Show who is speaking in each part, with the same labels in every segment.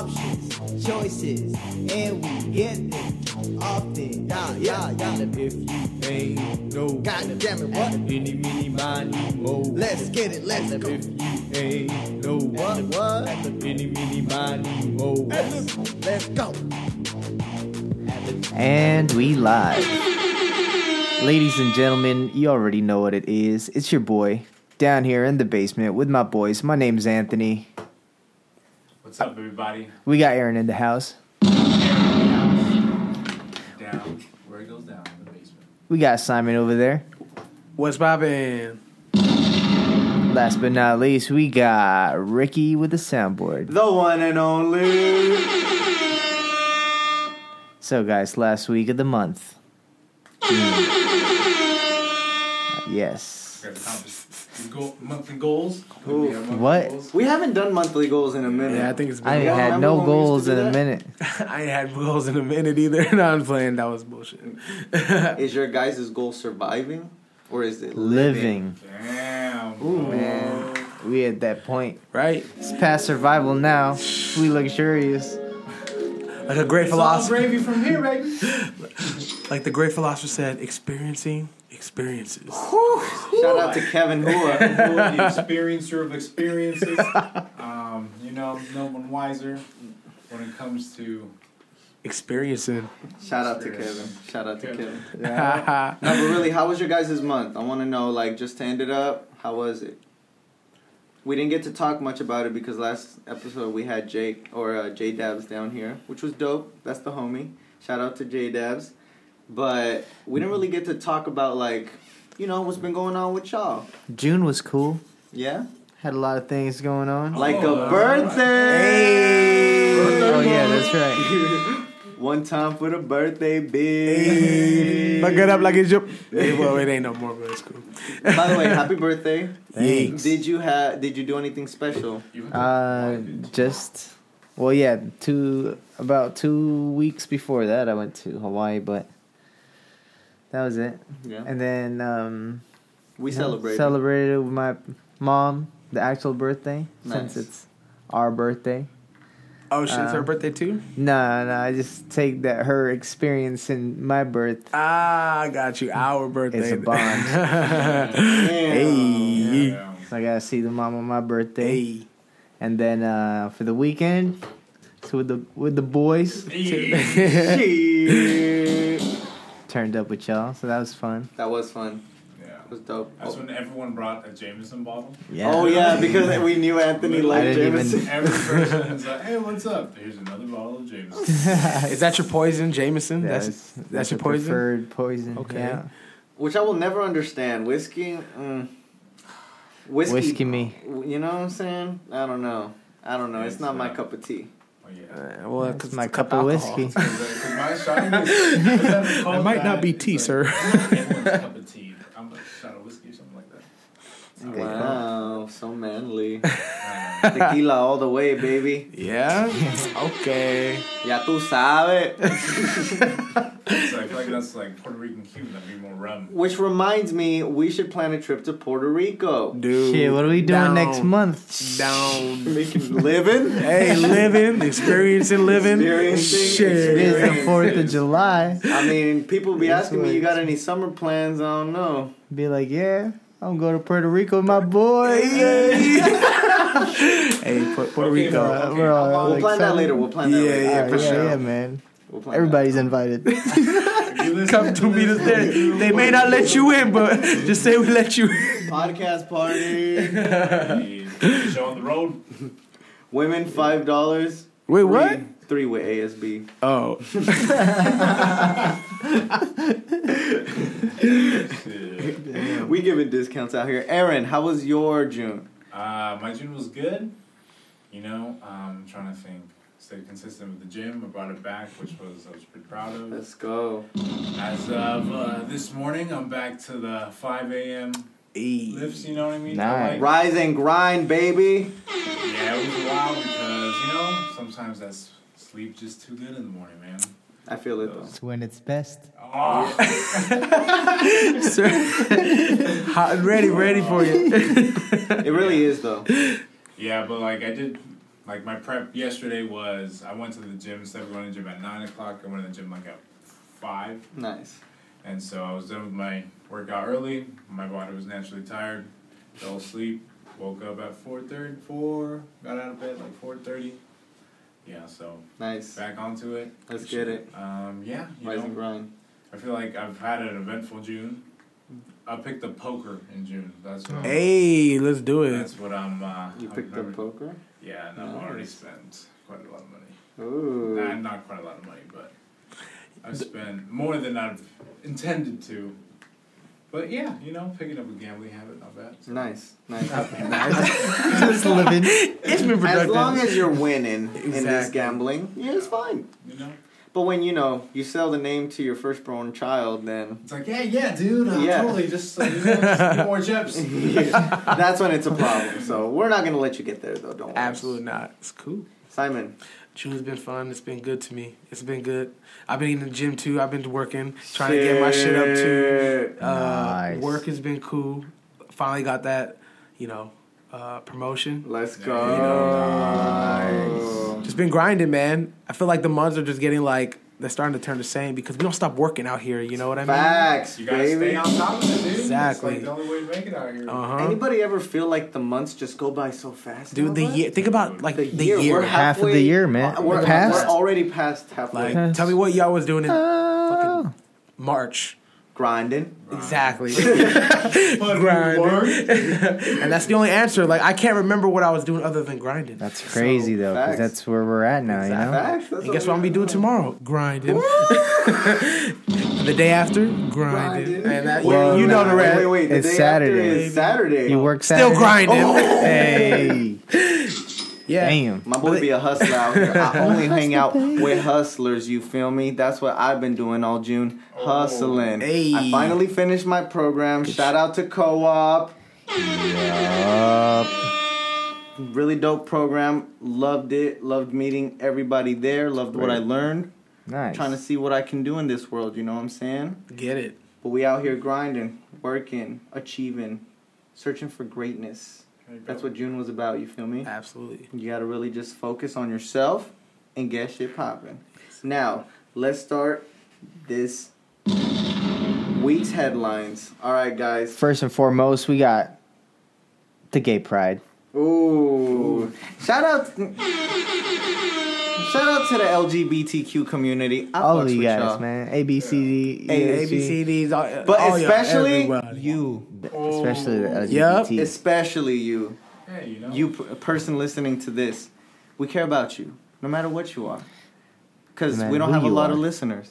Speaker 1: options, choices, and we get them often.
Speaker 2: Yeah, yeah, yeah.
Speaker 1: And if you ain't no,
Speaker 2: God damn it, what?
Speaker 1: any, mini, miny, mo.
Speaker 2: Let's get it, let's
Speaker 1: And
Speaker 2: go.
Speaker 1: if you ain't no, what?
Speaker 2: What?
Speaker 1: Any, mini, miny, mo.
Speaker 2: Let's go.
Speaker 3: And we live. Ladies and gentlemen, you already know what it is. It's your boy down here in the basement with my boys. My name's Anthony.
Speaker 4: What's up, everybody?
Speaker 3: We got Aaron in the house.
Speaker 4: Down, where it goes down in the basement.
Speaker 3: We got Simon over there.
Speaker 5: What's poppin'?
Speaker 3: Last but not least, we got Ricky with the soundboard.
Speaker 5: The one and only.
Speaker 3: So, guys, last week of the month. Yes. Hmm.
Speaker 4: Grab the compass. Go, monthly goals.
Speaker 5: Ooh.
Speaker 4: We have monthly
Speaker 3: What?
Speaker 4: goals.
Speaker 5: We haven't done monthly goals in a minute.
Speaker 6: Yeah, I think it's been.
Speaker 3: I
Speaker 6: a
Speaker 3: ain't
Speaker 6: while.
Speaker 3: had
Speaker 5: remember
Speaker 3: no
Speaker 5: when we used to
Speaker 3: goals
Speaker 5: do
Speaker 3: in a
Speaker 5: that?
Speaker 3: minute.
Speaker 6: I ain't had goals in a minute either. no, I'm playing. That was bullshit.
Speaker 5: Is your guys' goal surviving? Or is it
Speaker 3: Living.
Speaker 4: Damn.
Speaker 3: Man, we at that point.
Speaker 6: right?
Speaker 3: It's past survival now. We luxurious.
Speaker 6: Like a great
Speaker 4: All
Speaker 6: philosopher,
Speaker 4: gravy from here, baby.
Speaker 6: like the great philosopher said, experiencing experiences.
Speaker 5: Shout out to Kevin Hua.
Speaker 4: You're the experiencer of experiences. Um, you know, no one wiser when it comes to.
Speaker 6: Experiencing.
Speaker 5: Shout out to Kevin. Shout out to Kevin.
Speaker 6: Haha.
Speaker 5: No, but really, how was your guys' month? I want to know, like, just to end it up, how was it? We didn't get to talk much about it because last episode we had Jake or uh, J Dabs down here, which was dope. That's the homie. Shout out to J Dabs. But we didn't really get to talk about, like, you know, what's been going on with y'all.
Speaker 3: June was cool.
Speaker 5: Yeah?
Speaker 3: Had a lot of things going on.
Speaker 5: Like
Speaker 4: Oh,
Speaker 5: a
Speaker 4: that's
Speaker 5: birthday!
Speaker 3: oh yeah, that's right.
Speaker 5: One time for the birthday, bitch.
Speaker 6: Look it up like it's your. Hey, well, it ain't no more, but it's cool.
Speaker 5: By the way, happy birthday.
Speaker 3: Thanks.
Speaker 5: Did you have? Did you do anything special?
Speaker 4: You
Speaker 3: Uh, just well, yeah. Two about two weeks before that, I went to Hawaii, but that was it.
Speaker 5: Yeah,
Speaker 3: And then um,
Speaker 5: we
Speaker 3: yeah,
Speaker 5: celebrated.
Speaker 3: celebrated with my mom the actual birthday
Speaker 5: Nice.
Speaker 3: since it's our birthday.
Speaker 6: Oh shit, it's
Speaker 3: Uh,
Speaker 6: her birthday too.
Speaker 3: No, no, I just take that her experience in my birth.
Speaker 6: Ah, I got you. Our birthday.
Speaker 3: It's a bond.
Speaker 6: hey.
Speaker 4: Damn.
Speaker 3: So I gotta see the mom on my birthday.
Speaker 6: Hey.
Speaker 3: And then uh, for the weekend, so with the with the boys,
Speaker 5: Shit.
Speaker 3: turned up with y'all, so that was fun.
Speaker 5: that was fun.
Speaker 4: Yeah.
Speaker 5: It was dope.
Speaker 4: That's when everyone brought a Jameson bottle.
Speaker 5: Oh yeah, because we knew Anthony liked
Speaker 3: didn't even-
Speaker 5: Jameson.
Speaker 4: Every person was like, hey, what's up? Here's another bottle of Jameson.
Speaker 6: Is that your poison, Jameson? that's that's, your
Speaker 3: a
Speaker 6: poison.
Speaker 3: Preferred poison.
Speaker 6: Okay.
Speaker 3: Yeah.
Speaker 5: Which I will never understand. Whiskey. Mm, whiskey.
Speaker 3: Whiskey me.
Speaker 5: You know what I'm saying? I don't know. I don't know. It's not my cup of tea.
Speaker 4: Oh, yeah.
Speaker 6: Uh, well,
Speaker 3: That's
Speaker 6: because
Speaker 3: my cup of whiskey.
Speaker 4: Because my shot was- It
Speaker 6: It might not be tea, sir.
Speaker 4: Everyone's cup of tea. I'm a shot of whiskey or something like that.
Speaker 5: Wow, so manly. Tequila all the way, baby.
Speaker 6: Yeah. okay.
Speaker 5: Ya tú sabes.
Speaker 4: So I feel like that's like Puerto Rican Cuban. That'd be more rum.
Speaker 5: Which reminds me, we should plan a trip to Puerto Rico.
Speaker 6: Dude.
Speaker 3: Shit, what are we doing
Speaker 6: down,
Speaker 3: next month?
Speaker 6: Down.
Speaker 5: Making living.
Speaker 6: hey, living, experiencing living.
Speaker 5: Experiencing,
Speaker 3: It
Speaker 6: Shit.
Speaker 3: is the Fourth of July.
Speaker 5: I mean, people be
Speaker 3: That's
Speaker 5: asking me, "You got any summer plans?" I don't know.
Speaker 3: Be like, yeah, I'm going to Puerto Rico with my boys.
Speaker 6: Hey, Pu- Puerto
Speaker 4: Okay,
Speaker 6: Rico.
Speaker 4: bro.
Speaker 3: Uh, we're all
Speaker 5: We'll
Speaker 3: like
Speaker 5: plan that
Speaker 3: seven-
Speaker 5: later. We'll plan that
Speaker 6: Yeah,
Speaker 5: later.
Speaker 6: yeah,
Speaker 3: Alright,
Speaker 6: for sure.
Speaker 3: Yeah, man.
Speaker 5: We'll plan that.
Speaker 3: Everybody's invited.
Speaker 4: If you listen
Speaker 6: Come to meet us there. They may not let you in, but just say we let you in.
Speaker 5: podcast party.
Speaker 4: the show on the road.
Speaker 5: Women five dollars.
Speaker 6: Wait, what?
Speaker 5: Three with ASB.
Speaker 6: Oh.
Speaker 4: Shit.
Speaker 5: We giving discounts out here. Aaron, how was your June?
Speaker 4: Uh, my June was good. You know, um, I'm trying to think. Stayed consistent with the gym. I brought it back, which was I was pretty proud of.
Speaker 5: Let's go.
Speaker 4: As of uh, this morning, I'm back to the 5 a.m. lifts. You know what I mean?
Speaker 3: Nice.
Speaker 4: Like,
Speaker 5: Rise and grind, baby.
Speaker 4: yeah, it was wild because you know sometimes that's sleep just too good in the morning, man.
Speaker 5: I feel it though.
Speaker 3: It's when it's best.
Speaker 4: Oh.
Speaker 5: Ah.
Speaker 6: Sir. Hot and ready, ready for you.
Speaker 5: It really is though.
Speaker 4: Yeah, but like I did Like my prep yesterday was I went to the gym instead of going to the gym at nine o'clock. I went to the gym like at five,
Speaker 5: Nice.
Speaker 4: and so I was done with my workout early. My body was naturally tired. Fell asleep. Woke up at four thirty four. Got out of bed like four thirty. Yeah, so
Speaker 5: Nice.
Speaker 4: back onto it.
Speaker 5: Let's get it.
Speaker 4: Um, yeah, you
Speaker 5: Rise
Speaker 4: know,
Speaker 5: and grind.
Speaker 4: I feel like I've had an eventful June. I picked up poker in June. That's what I'm,
Speaker 6: Hey, let's do it.
Speaker 4: that's what I'm. Uh,
Speaker 5: You
Speaker 4: I'm
Speaker 5: picked up
Speaker 4: remembering.
Speaker 5: poker?
Speaker 4: Yeah, and I've
Speaker 5: Nice.
Speaker 4: already spent quite a lot of money. Nah,
Speaker 5: Ooh.
Speaker 4: not quite a lot of money, but I've spent more than I've intended to. But yeah, you know, picking up a gambling habit, not bad.
Speaker 5: Nice. Nice.
Speaker 3: Just living.
Speaker 6: It's been
Speaker 5: as
Speaker 6: productive.
Speaker 5: long as you're winning in this
Speaker 6: Exactly.
Speaker 5: gambling, yeah, it's fine.
Speaker 4: You know,
Speaker 5: But when you know you sell the name to your firstborn child, then
Speaker 4: it's like, yeah, yeah, dude, uh,
Speaker 5: Yeah.
Speaker 4: totally, just uh, you know, just more chips.
Speaker 5: that's when it's a problem. So we're not gonna let you get there, though. Don't worry.
Speaker 6: Absolutely not. It's cool.
Speaker 5: Simon.
Speaker 6: June's been fun. It's been good to me. It's been good. I've been in the gym too. I've been working, trying to get my shit up too.
Speaker 5: Shit.
Speaker 6: Uh,
Speaker 3: Nice.
Speaker 6: Work has been cool. Finally got that, you know, uh, promotion.
Speaker 5: Let's
Speaker 4: Yeah,
Speaker 5: go.
Speaker 4: you
Speaker 6: Just been grinding, man. I feel like the months are just getting like they're starting to turn the same because we don't stop working out here. You know what I mean?
Speaker 5: Facts,
Speaker 4: You gotta
Speaker 5: baby.
Speaker 4: stay on top of it, dude.
Speaker 6: Exactly.
Speaker 4: It's like the only way to make it out here.
Speaker 5: Oh,
Speaker 6: Uh huh.
Speaker 5: Anybody ever feel like the months just go by so fast?
Speaker 6: Dude, the
Speaker 5: nowadays?
Speaker 6: year. Think about like the year.
Speaker 5: We're
Speaker 3: Half of the
Speaker 5: halfway-
Speaker 3: year, man.
Speaker 5: uh, We're,
Speaker 3: The past?
Speaker 5: we're already past halfway.
Speaker 6: Like,
Speaker 3: Yes.
Speaker 6: tell me what y'all was doing in
Speaker 3: Oh.
Speaker 6: March.
Speaker 5: grinding.
Speaker 6: Exactly.
Speaker 4: But
Speaker 6: grind.
Speaker 4: work,
Speaker 6: and that's the only answer. Like I can't remember what I was doing other than grinding.
Speaker 3: That's crazy though, because
Speaker 5: facts.
Speaker 3: that's where we're at now. You know.
Speaker 5: Facts. That's
Speaker 6: And guess
Speaker 5: we
Speaker 6: what I'm gonna be doing tomorrow? Grinding. the day after, grinding.
Speaker 5: Grinding.
Speaker 6: And that,
Speaker 3: Well,
Speaker 6: you know the
Speaker 3: nah,
Speaker 6: rest.
Speaker 5: Wait, Oh. wait, wait. The
Speaker 3: It's
Speaker 5: day
Speaker 3: Saturday.
Speaker 5: After is Saturday.
Speaker 3: You work
Speaker 6: Still
Speaker 3: Saturday?
Speaker 6: grinding.
Speaker 3: Hey,
Speaker 6: Yeah.
Speaker 3: damn.
Speaker 5: My boy be a hustler out here. I only hang out with hustlers, you feel me? That's what I've been doing all June.
Speaker 4: Oh,
Speaker 5: Hustling.
Speaker 6: Hey.
Speaker 5: I finally finished my program. Shout out to Co op. Really dope program. Loved it. Loved meeting everybody there. Loved what I learned.
Speaker 3: Nice.
Speaker 5: Trying to see what I can do in this world, you know what I'm saying?
Speaker 6: Get it.
Speaker 5: But we out here grinding, working, achieving, searching for greatness.
Speaker 4: There you go.
Speaker 5: That's what June was about, you feel me?
Speaker 6: Absolutely.
Speaker 5: You gotta really just focus on yourself and get shit popping. Now, let's start this week's headlines. All right, guys.
Speaker 3: First and foremost, we got the gay pride.
Speaker 5: Ooh, shout out, shout out to the LGBTQ community. I
Speaker 3: All
Speaker 5: fucks
Speaker 3: of you
Speaker 5: with
Speaker 3: guys,
Speaker 5: y'all.
Speaker 3: man. A B C D.
Speaker 5: A,
Speaker 3: E,
Speaker 5: Yeah,
Speaker 6: A
Speaker 3: F,
Speaker 6: B
Speaker 3: G.
Speaker 6: C D's. All, uh,
Speaker 5: But
Speaker 6: all y'all,
Speaker 5: especially
Speaker 6: everybody.
Speaker 5: you,
Speaker 3: especially the
Speaker 6: Yup.
Speaker 3: LGBT.
Speaker 5: especially you,
Speaker 4: Yeah, you know.
Speaker 5: you p- person listening to this. We care about you, no matter what you are, because
Speaker 3: No matter
Speaker 5: we don't
Speaker 3: who
Speaker 5: have a
Speaker 3: you
Speaker 5: lot of
Speaker 3: are.
Speaker 5: listeners.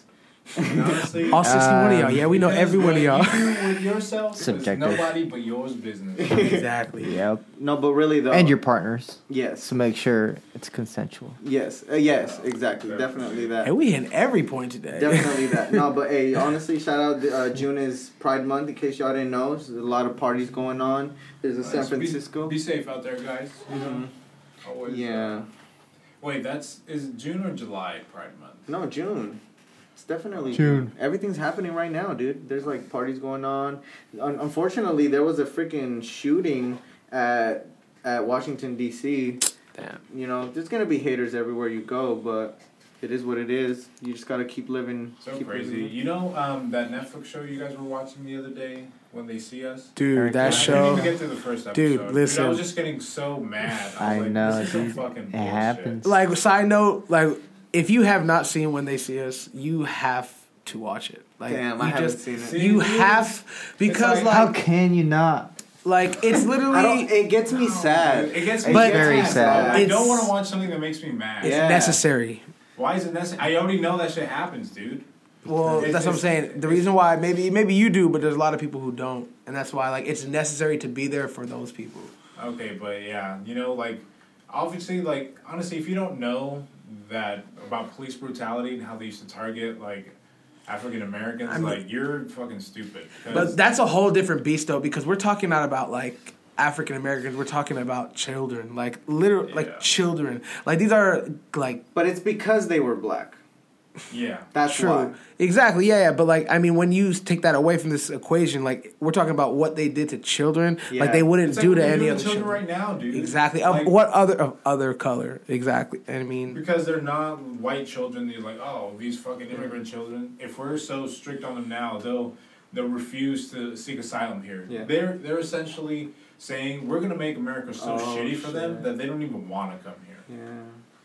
Speaker 4: And honestly,
Speaker 6: all 61 of y'all.
Speaker 3: Um,
Speaker 6: Yeah, we know
Speaker 4: because
Speaker 6: every one
Speaker 4: what
Speaker 6: of y'all.
Speaker 4: You do with yourself
Speaker 3: Subjective.
Speaker 4: is nobody but yours business.
Speaker 6: exactly.
Speaker 3: Yep.
Speaker 5: No, but really though,
Speaker 3: And your partners.
Speaker 5: yes,
Speaker 3: So make sure it's consensual.
Speaker 5: Yes, uh, yes, exactly,
Speaker 4: Yeah.
Speaker 5: definitely that,
Speaker 6: And we hit every point today.
Speaker 5: definitely that. No, but hey, honestly, shout out. Uh, June is Pride Month. In case y'all didn't know, there's a lot of parties going on. There's a
Speaker 4: Uh,
Speaker 5: San
Speaker 4: so be-
Speaker 5: Francisco.
Speaker 4: Be, safe out there, guys. You know,
Speaker 3: Mm-hmm.
Speaker 4: always.
Speaker 5: yeah,
Speaker 4: Wait, that's is it June or July Pride Month?
Speaker 5: no, June. It's definitely
Speaker 3: June.
Speaker 5: Everything's happening right now, dude. There's like parties going on. Un- unfortunately, there was a freaking shooting at at Washington D.C.
Speaker 6: Damn.
Speaker 5: You know, there's gonna be haters everywhere you go, but it is what it is. You just gotta keep living.
Speaker 4: So
Speaker 5: keep
Speaker 4: crazy.
Speaker 5: living.
Speaker 4: You know um, that Netflix show you guys were watching the other day when they see us.
Speaker 6: Dude,
Speaker 4: I
Speaker 6: that
Speaker 4: didn't
Speaker 6: show.
Speaker 4: even get to the first episode.
Speaker 6: Dude,
Speaker 4: I
Speaker 6: listen.
Speaker 4: was just getting so mad. I,
Speaker 3: I
Speaker 4: was like,
Speaker 3: know,
Speaker 4: This is some
Speaker 3: dude.
Speaker 4: fucking
Speaker 3: It
Speaker 4: bullshit.
Speaker 3: happens.
Speaker 6: Like side note, like if you have not seen When They See Us, you have to watch it. Like
Speaker 5: Damn,
Speaker 6: you
Speaker 5: I haven't seen it.
Speaker 6: You
Speaker 4: See,
Speaker 6: have because
Speaker 4: like-
Speaker 3: How
Speaker 6: like
Speaker 3: can you not?
Speaker 6: like it's
Speaker 5: I don't.
Speaker 6: literally
Speaker 5: It gets me sad.
Speaker 4: It gets
Speaker 3: It's
Speaker 4: me
Speaker 3: very
Speaker 4: mad,
Speaker 3: sad.
Speaker 4: bro. I don't
Speaker 6: It's-
Speaker 4: want to watch something that makes me mad.
Speaker 5: Yeah.
Speaker 6: necessary.
Speaker 4: Why is it necessary? I already know that shit happens, dude.
Speaker 6: Well,
Speaker 4: It's-
Speaker 6: that's what I'm
Speaker 4: it's-
Speaker 6: saying. The reason why maybe maybe you do, but there's a lot of people who don't, and that's why like it's necessary to be there for those people.
Speaker 4: Okay, but yeah, you know, like obviously, like honestly, if you don't know that about police brutality and how they used to target like African Americans,
Speaker 6: I mean-
Speaker 4: like you're fucking stupid. 'cause-
Speaker 6: But that's a whole different beast though, because we're talking not about like African Americans. We're talking about children, like literal,
Speaker 4: Yeah.
Speaker 6: like children. Like these are like
Speaker 5: But it's because they were black.
Speaker 4: Yeah.
Speaker 5: That's
Speaker 6: True.
Speaker 5: why.
Speaker 6: Exactly. Yeah, yeah. But like, I mean, when you take that away from this equation, like we're talking about what they did to children,
Speaker 5: Yeah.
Speaker 6: like they wouldn't
Speaker 4: It's like
Speaker 6: do
Speaker 4: what
Speaker 6: to
Speaker 4: they're
Speaker 6: any
Speaker 4: doing
Speaker 6: other
Speaker 4: children
Speaker 6: children.
Speaker 4: right now, dude.
Speaker 6: Exactly. Of
Speaker 4: Like,
Speaker 6: what other of other color? Exactly. I mean,
Speaker 4: Because they're not white children. They're like, oh, these fucking immigrant children. If we're so strict on them now, they'll they'll refuse to seek asylum here.
Speaker 5: Yeah.
Speaker 4: They're they're essentially saying we're gonna make America so
Speaker 5: Oh,
Speaker 4: shitty for them
Speaker 5: shit.
Speaker 4: that they don't even want to come here.
Speaker 5: Yeah.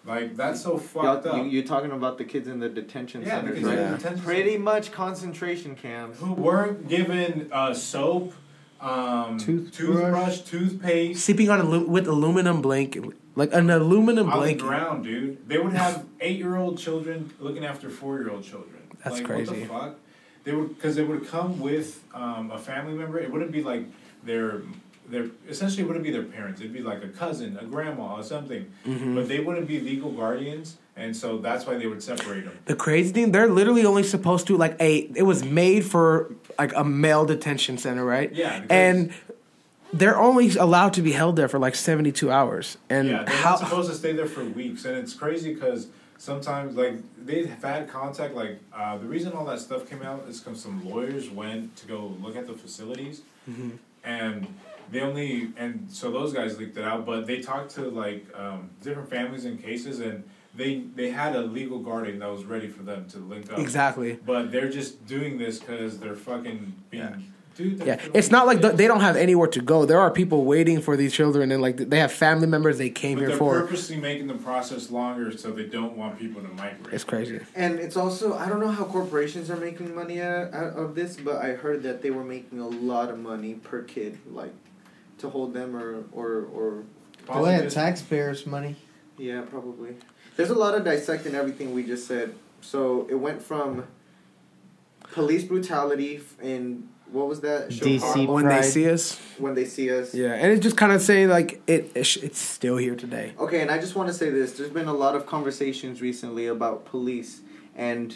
Speaker 4: Like that's so fucked
Speaker 5: Y'all,
Speaker 4: up.
Speaker 5: you, you're talking about the kids in the detention
Speaker 4: yeah,
Speaker 5: centers,
Speaker 4: because
Speaker 5: right?
Speaker 4: they're
Speaker 3: Yeah.
Speaker 4: detention
Speaker 5: Pretty much concentration camps.
Speaker 4: who weren't given uh, soap, um,
Speaker 3: Toothbrush.
Speaker 4: toothbrush, toothpaste
Speaker 6: sleeping on alu- with aluminum blanket, like an aluminum
Speaker 4: on the
Speaker 6: blanket.
Speaker 4: ground, dude. They would have eight-year-old children looking after four-year-old children.
Speaker 6: That's
Speaker 4: like,
Speaker 6: crazy.
Speaker 4: What the fuck? They would because they would come with um, a family member. It wouldn't be like their their essentially it wouldn't be their parents. It'd be like a cousin, a grandma, or something.
Speaker 6: Mm-hmm.
Speaker 4: But they wouldn't be legal guardians, and so that's why they would separate them.
Speaker 6: The crazy thing, they're literally only supposed to like a. It was made for like a male detention center, right?
Speaker 4: Yeah, because-
Speaker 6: And they're only allowed to be held there for like seventy-two hours. And
Speaker 4: Yeah, they're
Speaker 6: how?
Speaker 4: not supposed to stay there for weeks, and it's crazy because sometimes like they've had contact. Like uh, the reason all that stuff came out is because some lawyers went to go look at the facilities,
Speaker 6: Mm-hmm.
Speaker 4: and they only and so those guys leaked it out. But they talked to like um, different families and cases, and they they had a legal guardian that was ready for them to link up.
Speaker 6: exactly.
Speaker 4: But they're just doing this because they're fucking being.
Speaker 6: Yeah.
Speaker 4: Dude, they're
Speaker 6: Yeah,
Speaker 4: fucking
Speaker 6: it's not like th
Speaker 4: bitches.
Speaker 6: they don't have anywhere to go. There are people waiting for these children, and like they have family members they came
Speaker 4: But
Speaker 6: here
Speaker 4: they're
Speaker 6: for.
Speaker 4: purposely making the process longer so they don't want people to migrate.
Speaker 6: It's crazy.
Speaker 5: And it's also I don't know how corporations are making money out, out of this, but I heard that they were making a lot of money per kid, like to hold them or or or
Speaker 3: Go ahead,
Speaker 4: Positive-
Speaker 3: taxpayers' money.
Speaker 5: yeah, probably. There's a lot of dissecting everything we just said. So it went from police brutality f- in what was that show?
Speaker 3: DC.
Speaker 5: Har-
Speaker 6: When they
Speaker 3: Right.
Speaker 6: see us,
Speaker 5: when they see us.
Speaker 6: yeah, and it's just kind of saying like it. It's it's still here today.
Speaker 5: Okay, and I just want to say this. There's been a lot of conversations recently about police and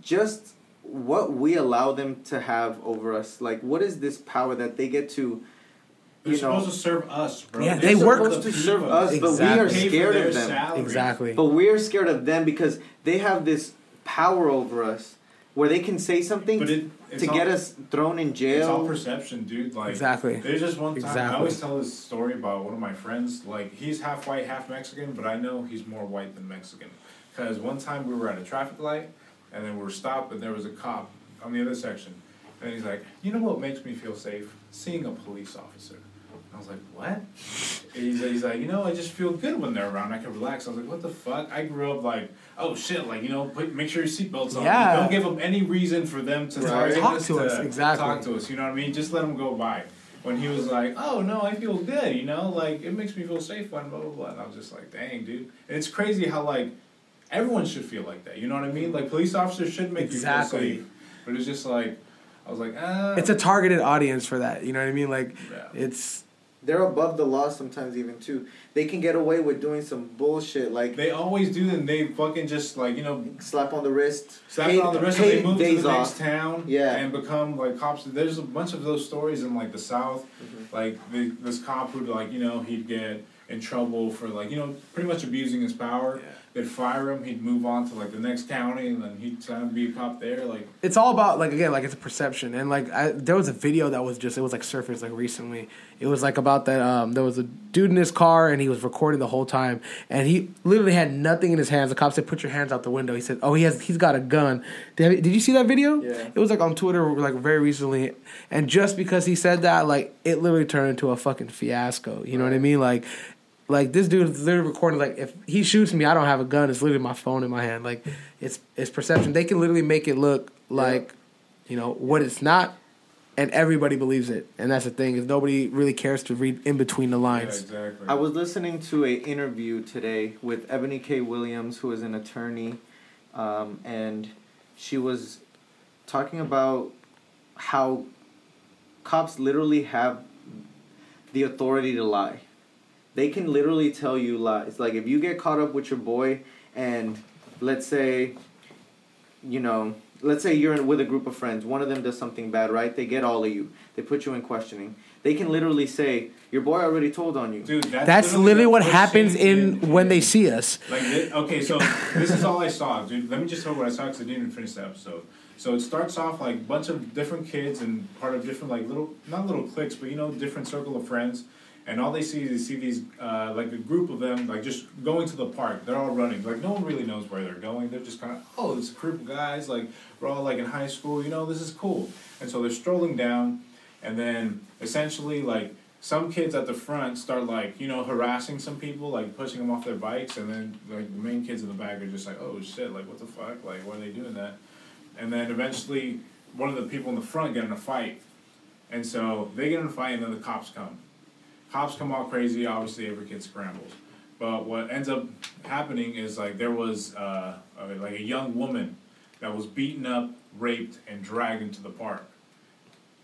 Speaker 5: just what we allow them to have over us. Like, what is this power that they get to?
Speaker 4: They're
Speaker 5: you know-
Speaker 4: supposed to serve us, bro.
Speaker 6: Yeah,
Speaker 4: They're
Speaker 6: they work-
Speaker 4: supposed
Speaker 5: supposed to
Speaker 4: people.
Speaker 5: serve us,
Speaker 6: Exactly.
Speaker 5: but we are
Speaker 4: Pay for
Speaker 5: scared
Speaker 4: their
Speaker 5: of them.
Speaker 4: salary.
Speaker 6: Exactly.
Speaker 5: But we're scared of them because they have this power over us where they can say something
Speaker 4: But it, it's
Speaker 5: to
Speaker 4: all,
Speaker 5: get us thrown in jail.
Speaker 4: It's all perception, dude. Like
Speaker 6: Exactly.
Speaker 4: There's just one time I
Speaker 6: Exactly.
Speaker 4: always tell this story about one of my friends. Like he's half white, half Mexican, but I know he's more white than Mexican. Because one time we were at a traffic light, and then we were stopped, and there was a cop on the other section, and he's like, "You know what makes me feel safe? Seeing a police officer." I was like, "What?" And He's, he's like, you know, I just feel good when they're around. I can relax. I was like, what the fuck? I grew up like, oh shit, like you know, put, make sure your seatbelts on.
Speaker 6: Yeah.
Speaker 4: Don't give them any reason for them to
Speaker 5: Right.
Speaker 4: target
Speaker 6: Talk to us, exactly.
Speaker 4: Talk to us. You know what I mean? Just let them go by. When he was like, oh no, I feel good. You know, like it makes me feel safe when blah blah blah. And I was just like, dang, dude. And it's crazy how like everyone should feel like that. You know what I mean? Like police officers should make you
Speaker 6: Exactly.
Speaker 4: feel safe. But it's just like, I was like, ah.
Speaker 6: It's a targeted audience for that. You know what I mean? Like
Speaker 4: Yeah.
Speaker 6: it's
Speaker 5: They're above the law sometimes, even too. They can get away with doing some bullshit like
Speaker 4: they always do, and they fucking just like you know
Speaker 5: slap on the wrist,
Speaker 4: Slap
Speaker 5: paid-
Speaker 4: it on the wrist, and
Speaker 5: paid
Speaker 4: they move to
Speaker 5: days
Speaker 4: the
Speaker 5: off.
Speaker 4: next town,
Speaker 5: Yeah.
Speaker 4: and become like cops. There's a bunch of those stories in like the South,
Speaker 5: Mm-hmm.
Speaker 4: like the, this cop who'd like you know he'd get in trouble for like you know pretty much abusing his power.
Speaker 6: Yeah.
Speaker 4: They'd fire him. He'd move on to like the next county, and then he'd try to be a cop there. Like
Speaker 6: it's all about like again like it's a perception and like I, there was a video that was just it was like surfaced like recently it was like about that um there was a dude in his car and he was recording the whole time and he literally had nothing in his hands the cop said put your hands out the window he said oh he has he's got a gun did, did you see that video
Speaker 5: Yeah.
Speaker 6: it was like on twitter like very recently and just because he said that like it literally turned into a fucking fiasco you know what i mean like like this dude is literally recording. Like if he shoots me, I don't have a gun. It's literally my phone in my hand. Like it's it's perception. They can literally make it look like you know what it's not, and everybody believes it. And that's the thing is nobody really cares to read in between the
Speaker 4: yeah,
Speaker 6: lines.
Speaker 4: exactly.
Speaker 5: I was listening to a interview today with Ebony K. Williams, who is an attorney, um, and she was talking about how cops literally have the authority to lie. They can literally tell you lies. Like if you get caught up with your boy, and let's say, you know, let's say you're in, with a group of friends. One of them does something bad, right? They get all of you. They put you in questioning. They can literally say, "Your boy already told on you."
Speaker 4: Dude, that's,
Speaker 6: That's literally
Speaker 4: the
Speaker 6: what
Speaker 4: first
Speaker 6: happens
Speaker 4: thing-
Speaker 6: in when they see us.
Speaker 4: Like thi- okay, so this is all I saw, dude. Let me just tell you what I saw because I didn't even finish the episode. So it starts off like a bunch of different kids and part of different like little not little cliques, but you know different circle of friends, and all they see is they see these uh, like a group of them like just going to the park. They're all running. Like no one really knows where they're going. They're just kind of oh, it's a group of guys. Like we're all like in high school. You know this is cool. And so they're strolling down, and then essentially like some kids at the front start like you know harassing some people like pushing them off their bikes and then like the main kids in the back are just like oh shit like what the fuck like why are they doing that and then eventually one of the people in the front get in a fight and so they get in a fight and then the cops come cops come all crazy obviously every kid scrambles but what ends up happening is like there was uh, uh, like a young woman that was beaten up raped and dragged into the park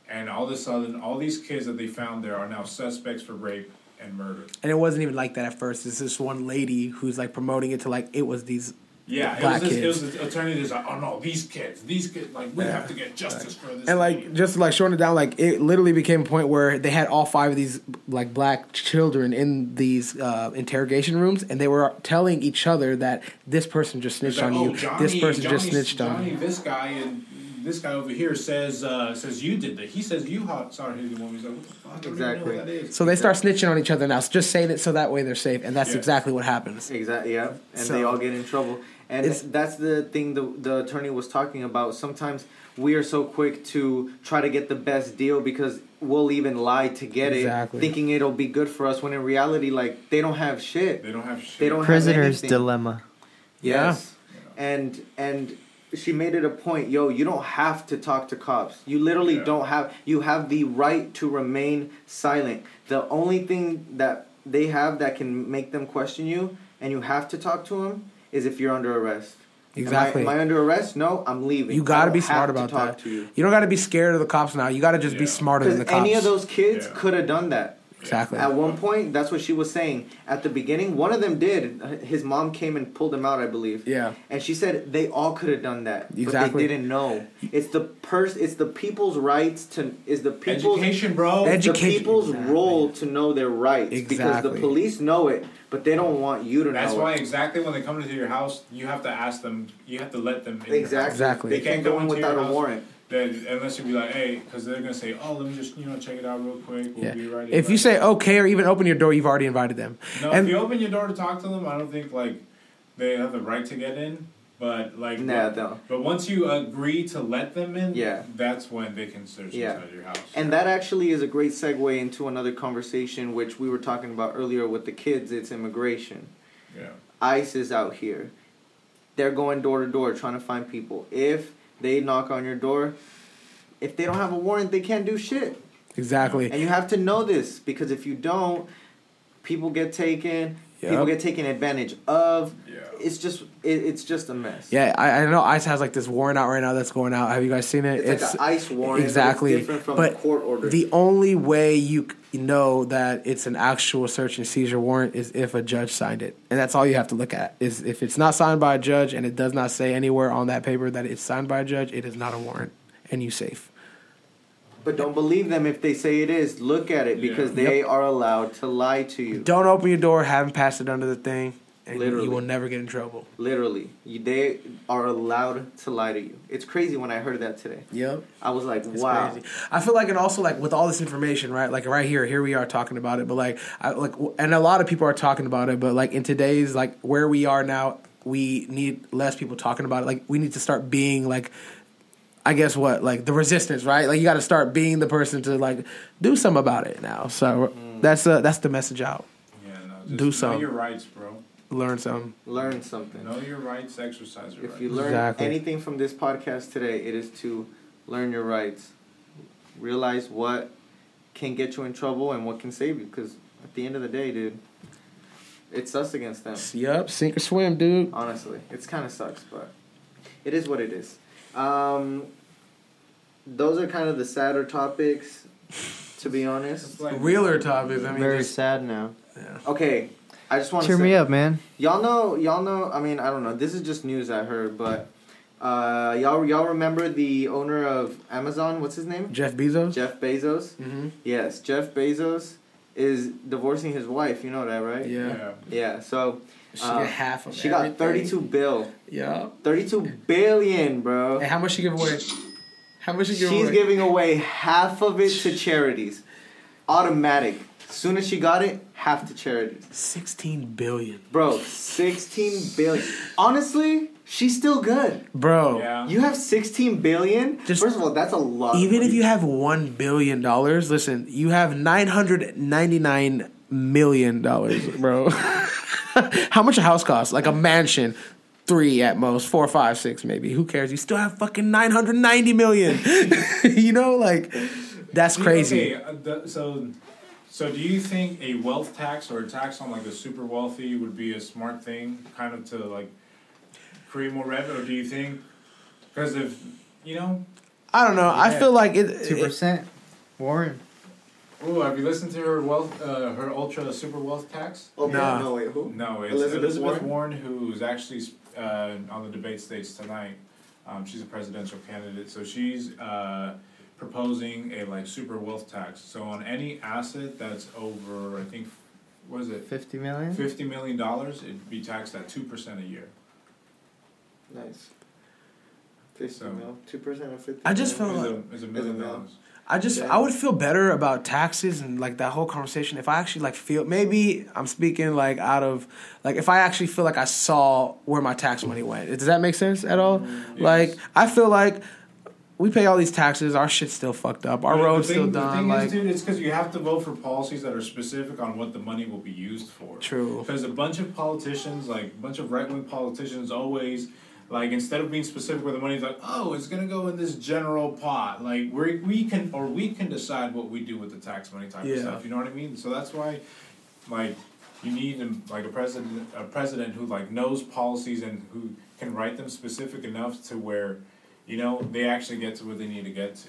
Speaker 4: and all of a sudden, all these kids that they found there are now suspects for rape and murder.
Speaker 6: And it wasn't even like that at first. It's this one lady who's like promoting it to like it was these
Speaker 4: Yeah,
Speaker 6: Black
Speaker 4: it was
Speaker 6: kids.
Speaker 4: This, it was an attorney that's like, oh no, these kids, these kids, like we have to get justice for this.
Speaker 6: and like
Speaker 4: lady."
Speaker 6: just like shorten it down like it literally became a point where they had all five of these like black children in these uh, interrogation rooms and they were telling each other that this person just
Speaker 4: It's
Speaker 6: snitched
Speaker 4: like,
Speaker 6: on
Speaker 4: "Oh,
Speaker 6: you this person just
Speaker 4: Johnny-
Speaker 6: snitched on
Speaker 4: Johnny,
Speaker 6: you
Speaker 4: this guy and this guy over here says uh, says you did that. He says you hot started hitting the woman. He's like, what the fuck? I don't even know
Speaker 5: Exactly.
Speaker 4: what that is.
Speaker 6: so they start snitching on each other now just saying it so that way they're safe and that's
Speaker 4: Yeah.
Speaker 6: exactly what happens
Speaker 5: Exactly. Yeah, and they
Speaker 6: So-
Speaker 5: all get in trouble. And
Speaker 6: It's-
Speaker 5: that's the thing the the attorney was talking about. Sometimes we are so quick to try to get the best deal because we'll even lie to get
Speaker 6: Exactly.
Speaker 5: it, thinking it'll be good for us. When in reality, like they don't have shit.
Speaker 4: They don't have shit.
Speaker 5: They don't
Speaker 3: Prisoner's
Speaker 5: have anything.
Speaker 3: dilemma.
Speaker 5: Yes. And and she made it a point, yo, you don't have to talk to cops. You literally
Speaker 4: Yeah.
Speaker 5: don't have you have the right to remain silent. The only thing that they have that can make them question you and you have to talk to them is if you're under arrest. Am I-
Speaker 6: Exactly.
Speaker 5: Am I, under arrest? No, I'm leaving.
Speaker 6: you
Speaker 5: I
Speaker 6: got to
Speaker 5: don't
Speaker 6: be
Speaker 5: have
Speaker 6: smart
Speaker 5: to
Speaker 6: about
Speaker 5: talk
Speaker 6: that
Speaker 5: to you.
Speaker 6: you. don't got to be scared of the cops now you got to just be
Speaker 4: Yeah.
Speaker 6: smarter than the
Speaker 5: 'Cause
Speaker 6: cops
Speaker 5: any of those kids
Speaker 4: Yeah.
Speaker 5: could have done that.
Speaker 6: exactly
Speaker 5: At one point, that's what she was saying. At the beginning, one of them did. His mom came and pulled him out, I believe.
Speaker 6: Yeah.
Speaker 5: And she said they all could have done that,
Speaker 6: Exactly.
Speaker 5: but they didn't know. It's the pers- It's the people's rights to. Is the people's
Speaker 4: Education, bro.
Speaker 6: Edu-
Speaker 5: the
Speaker 6: Education.
Speaker 5: people's
Speaker 6: Exactly.
Speaker 5: role to know their rights because
Speaker 6: Exactly.
Speaker 5: the police know it, but they don't want you to
Speaker 4: That's
Speaker 5: know.
Speaker 4: why
Speaker 5: it.
Speaker 4: exactly when they come into your house, you have to ask them. You have to let them. in your
Speaker 5: Exactly.
Speaker 4: house.
Speaker 6: Exactly.
Speaker 5: They, can't go in
Speaker 4: into your
Speaker 5: without a
Speaker 4: house.
Speaker 5: warrant.
Speaker 4: Then, unless you be like, hey, because they're gonna say, oh, let me just you know check it out real quick. We'll
Speaker 6: yeah.
Speaker 4: be right.
Speaker 6: if you
Speaker 4: back."
Speaker 6: say okay or even open your door you've already invited them
Speaker 4: no,
Speaker 6: and
Speaker 4: if you open your door to talk to them, I don't think like they have the right to get in. But like,
Speaker 5: Nah,
Speaker 4: but,
Speaker 5: no.
Speaker 4: but once you agree to let them in,
Speaker 5: Yeah.
Speaker 4: that's when they can search
Speaker 5: Yeah.
Speaker 4: inside your house.
Speaker 5: And that actually is a great segue into another conversation which we were talking about earlier with the kids. It's immigration.
Speaker 4: yeah,
Speaker 5: ICE is out here. They're going door to door trying to find people. If they knock on your door, if they don't have a warrant, they can't do shit.
Speaker 6: exactly
Speaker 5: And you have to know this because if you don't, people get taken. People
Speaker 6: Yep.
Speaker 5: get taken advantage of.
Speaker 4: Yeah.
Speaker 5: It's just it, it's just a mess.
Speaker 6: Yeah, I, I know ICE has like this warrant out right now that's going out. Have you guys seen it?
Speaker 5: It's like an ICE warrant, but it's different from a court order.
Speaker 6: The only way you c- know that it's an actual search and seizure warrant is if a judge signed it, and that's all you have to look at. Is if it's not signed by a judge and it does not say anywhere on that paper that it's signed by a judge, it is not a warrant, and you safe.
Speaker 5: But don't believe them if they say it is. Look at it because
Speaker 4: Yeah.
Speaker 5: they are allowed to lie to you.
Speaker 6: Don't open your door, haven't passed it under the thing, and
Speaker 5: Literally.
Speaker 6: you will never get in trouble.
Speaker 5: Literally, you, they are allowed to lie to you. It's crazy when I heard that today.
Speaker 6: Yep.
Speaker 5: I was like,
Speaker 6: It's
Speaker 5: wow.
Speaker 6: crazy. I feel like, and also like with all this information, right? Like right here, here we are talking about it, but like, I like, w- and a lot of people are talking about it, but like in today's like where we are now, we need less people talking about it. Like we need to start being like. I guess what like the resistance, right? Like you got to start being the person to like do something about it now. So
Speaker 5: Mm.
Speaker 6: that's uh, that's the message out.
Speaker 4: yeah. No, just
Speaker 6: Do
Speaker 4: know
Speaker 6: some.
Speaker 4: your rights, bro.
Speaker 6: Learn some.
Speaker 5: Learn something.
Speaker 4: Know your rights. Exercise your
Speaker 5: If
Speaker 4: rights.
Speaker 5: you learn
Speaker 6: Exactly.
Speaker 5: anything from this podcast today, it is to learn your rights. Realize what can get you in trouble and what can save you. Because at the end of the day, dude, it's us against them.
Speaker 6: Yep, sink or swim, dude.
Speaker 5: Honestly, it's kind of sucks, but it is what it is. Um, those are kind of the sadder topics, to be honest.
Speaker 4: It's like-
Speaker 6: Realer topics. I mean,
Speaker 5: Very
Speaker 6: just-
Speaker 5: sad now.
Speaker 6: Yeah.
Speaker 5: Okay, I just want to
Speaker 3: Cheer
Speaker 5: say,
Speaker 3: me up, man.
Speaker 5: Y'all know, y'all know. I mean, I don't know. This is just news I heard, but Uh, y'all, y'all remember the owner of Amazon? What's his name?
Speaker 6: Jeff Bezos.
Speaker 5: Jeff Bezos.
Speaker 6: hmm
Speaker 5: Yes, Jeff Bezos is divorcing his wife. You know that, right?
Speaker 6: Yeah.
Speaker 5: Yeah. So
Speaker 6: She
Speaker 5: Uh,
Speaker 6: got half of
Speaker 5: she
Speaker 6: everything.
Speaker 5: got thirty-two bill,
Speaker 6: Yeah.
Speaker 5: thirty-two billion, bro.
Speaker 6: And how much she give away? How much she give
Speaker 5: She's
Speaker 6: away?
Speaker 5: giving away half of it to charities. Automatic. Soon as she got it, half to charities.
Speaker 6: Sixteen billion.
Speaker 5: Bro, 16 billion. Honestly, she's still good.
Speaker 6: Bro.
Speaker 4: Yeah.
Speaker 5: You have 16 billion?
Speaker 6: Just-
Speaker 5: First of all, that's a lot. of
Speaker 6: Even if
Speaker 5: money.
Speaker 6: you have one billion dollars, listen, you have nine hundred ninety nine million dollars, bro. How much a house costs? Like a mansion, three at most, four, five, six, maybe. Who cares? You still have fucking nine hundred ninety million. you know, like that's crazy.
Speaker 4: Okay, uh, the- so, so do you think a wealth tax or a tax on like the super wealthy would be a smart thing, kind of to like create more revenue? Or do you think because if you know,
Speaker 6: I don't know. I
Speaker 3: Yeah.
Speaker 6: feel like it.
Speaker 3: Two
Speaker 6: it
Speaker 3: percent, Warren.
Speaker 4: oh, have you listened to her wealth, uh, her ultra super wealth tax?
Speaker 5: Oh, no,
Speaker 6: Nah.
Speaker 5: no, wait, who?
Speaker 4: No, it's
Speaker 5: Elizabeth
Speaker 4: Elizabeth,
Speaker 5: Warren?
Speaker 4: Warren, who's actually uh, on the debate stage tonight. Um, she's a presidential candidate, so she's uh, proposing a like super wealth tax. So on any asset that's over, I think, what is it,
Speaker 3: Fifty million.
Speaker 4: fifty million dollars, it'd be taxed at two percent a year.
Speaker 5: Nice. 50
Speaker 4: So-
Speaker 5: mil. 2% of 50.
Speaker 6: I just
Speaker 5: mil.
Speaker 6: felt-
Speaker 4: It's
Speaker 6: like-
Speaker 4: a, it's a million
Speaker 5: mil.
Speaker 4: dollars.
Speaker 6: I just
Speaker 5: Yeah.
Speaker 6: I would feel better about taxes and like that whole conversation if I actually like feel maybe I'm speaking like out of like if I actually feel like I saw where my tax money went. Does that make sense at all?
Speaker 4: Mm-hmm.
Speaker 6: Like I feel like we pay all these taxes, our shit's still fucked up, our
Speaker 4: But the
Speaker 6: road's
Speaker 4: thing-
Speaker 6: still
Speaker 4: The thing
Speaker 6: done. Like
Speaker 4: is, dude, it's because you have to vote for policies that are specific on what the money will be used for.
Speaker 6: True.
Speaker 4: Because a bunch of politicians, like a bunch of right wing politicians, always like instead of being specific with the money, it's like, oh, it's gonna go in this general pot. Like we we can or we can decide what we do with the tax money type of
Speaker 6: Yeah.
Speaker 4: stuff. You know what I mean? So that's why, like. You need um, like a president, a president who like knows policies and who can write them specific enough to where, you know, they actually get to where they need to get to.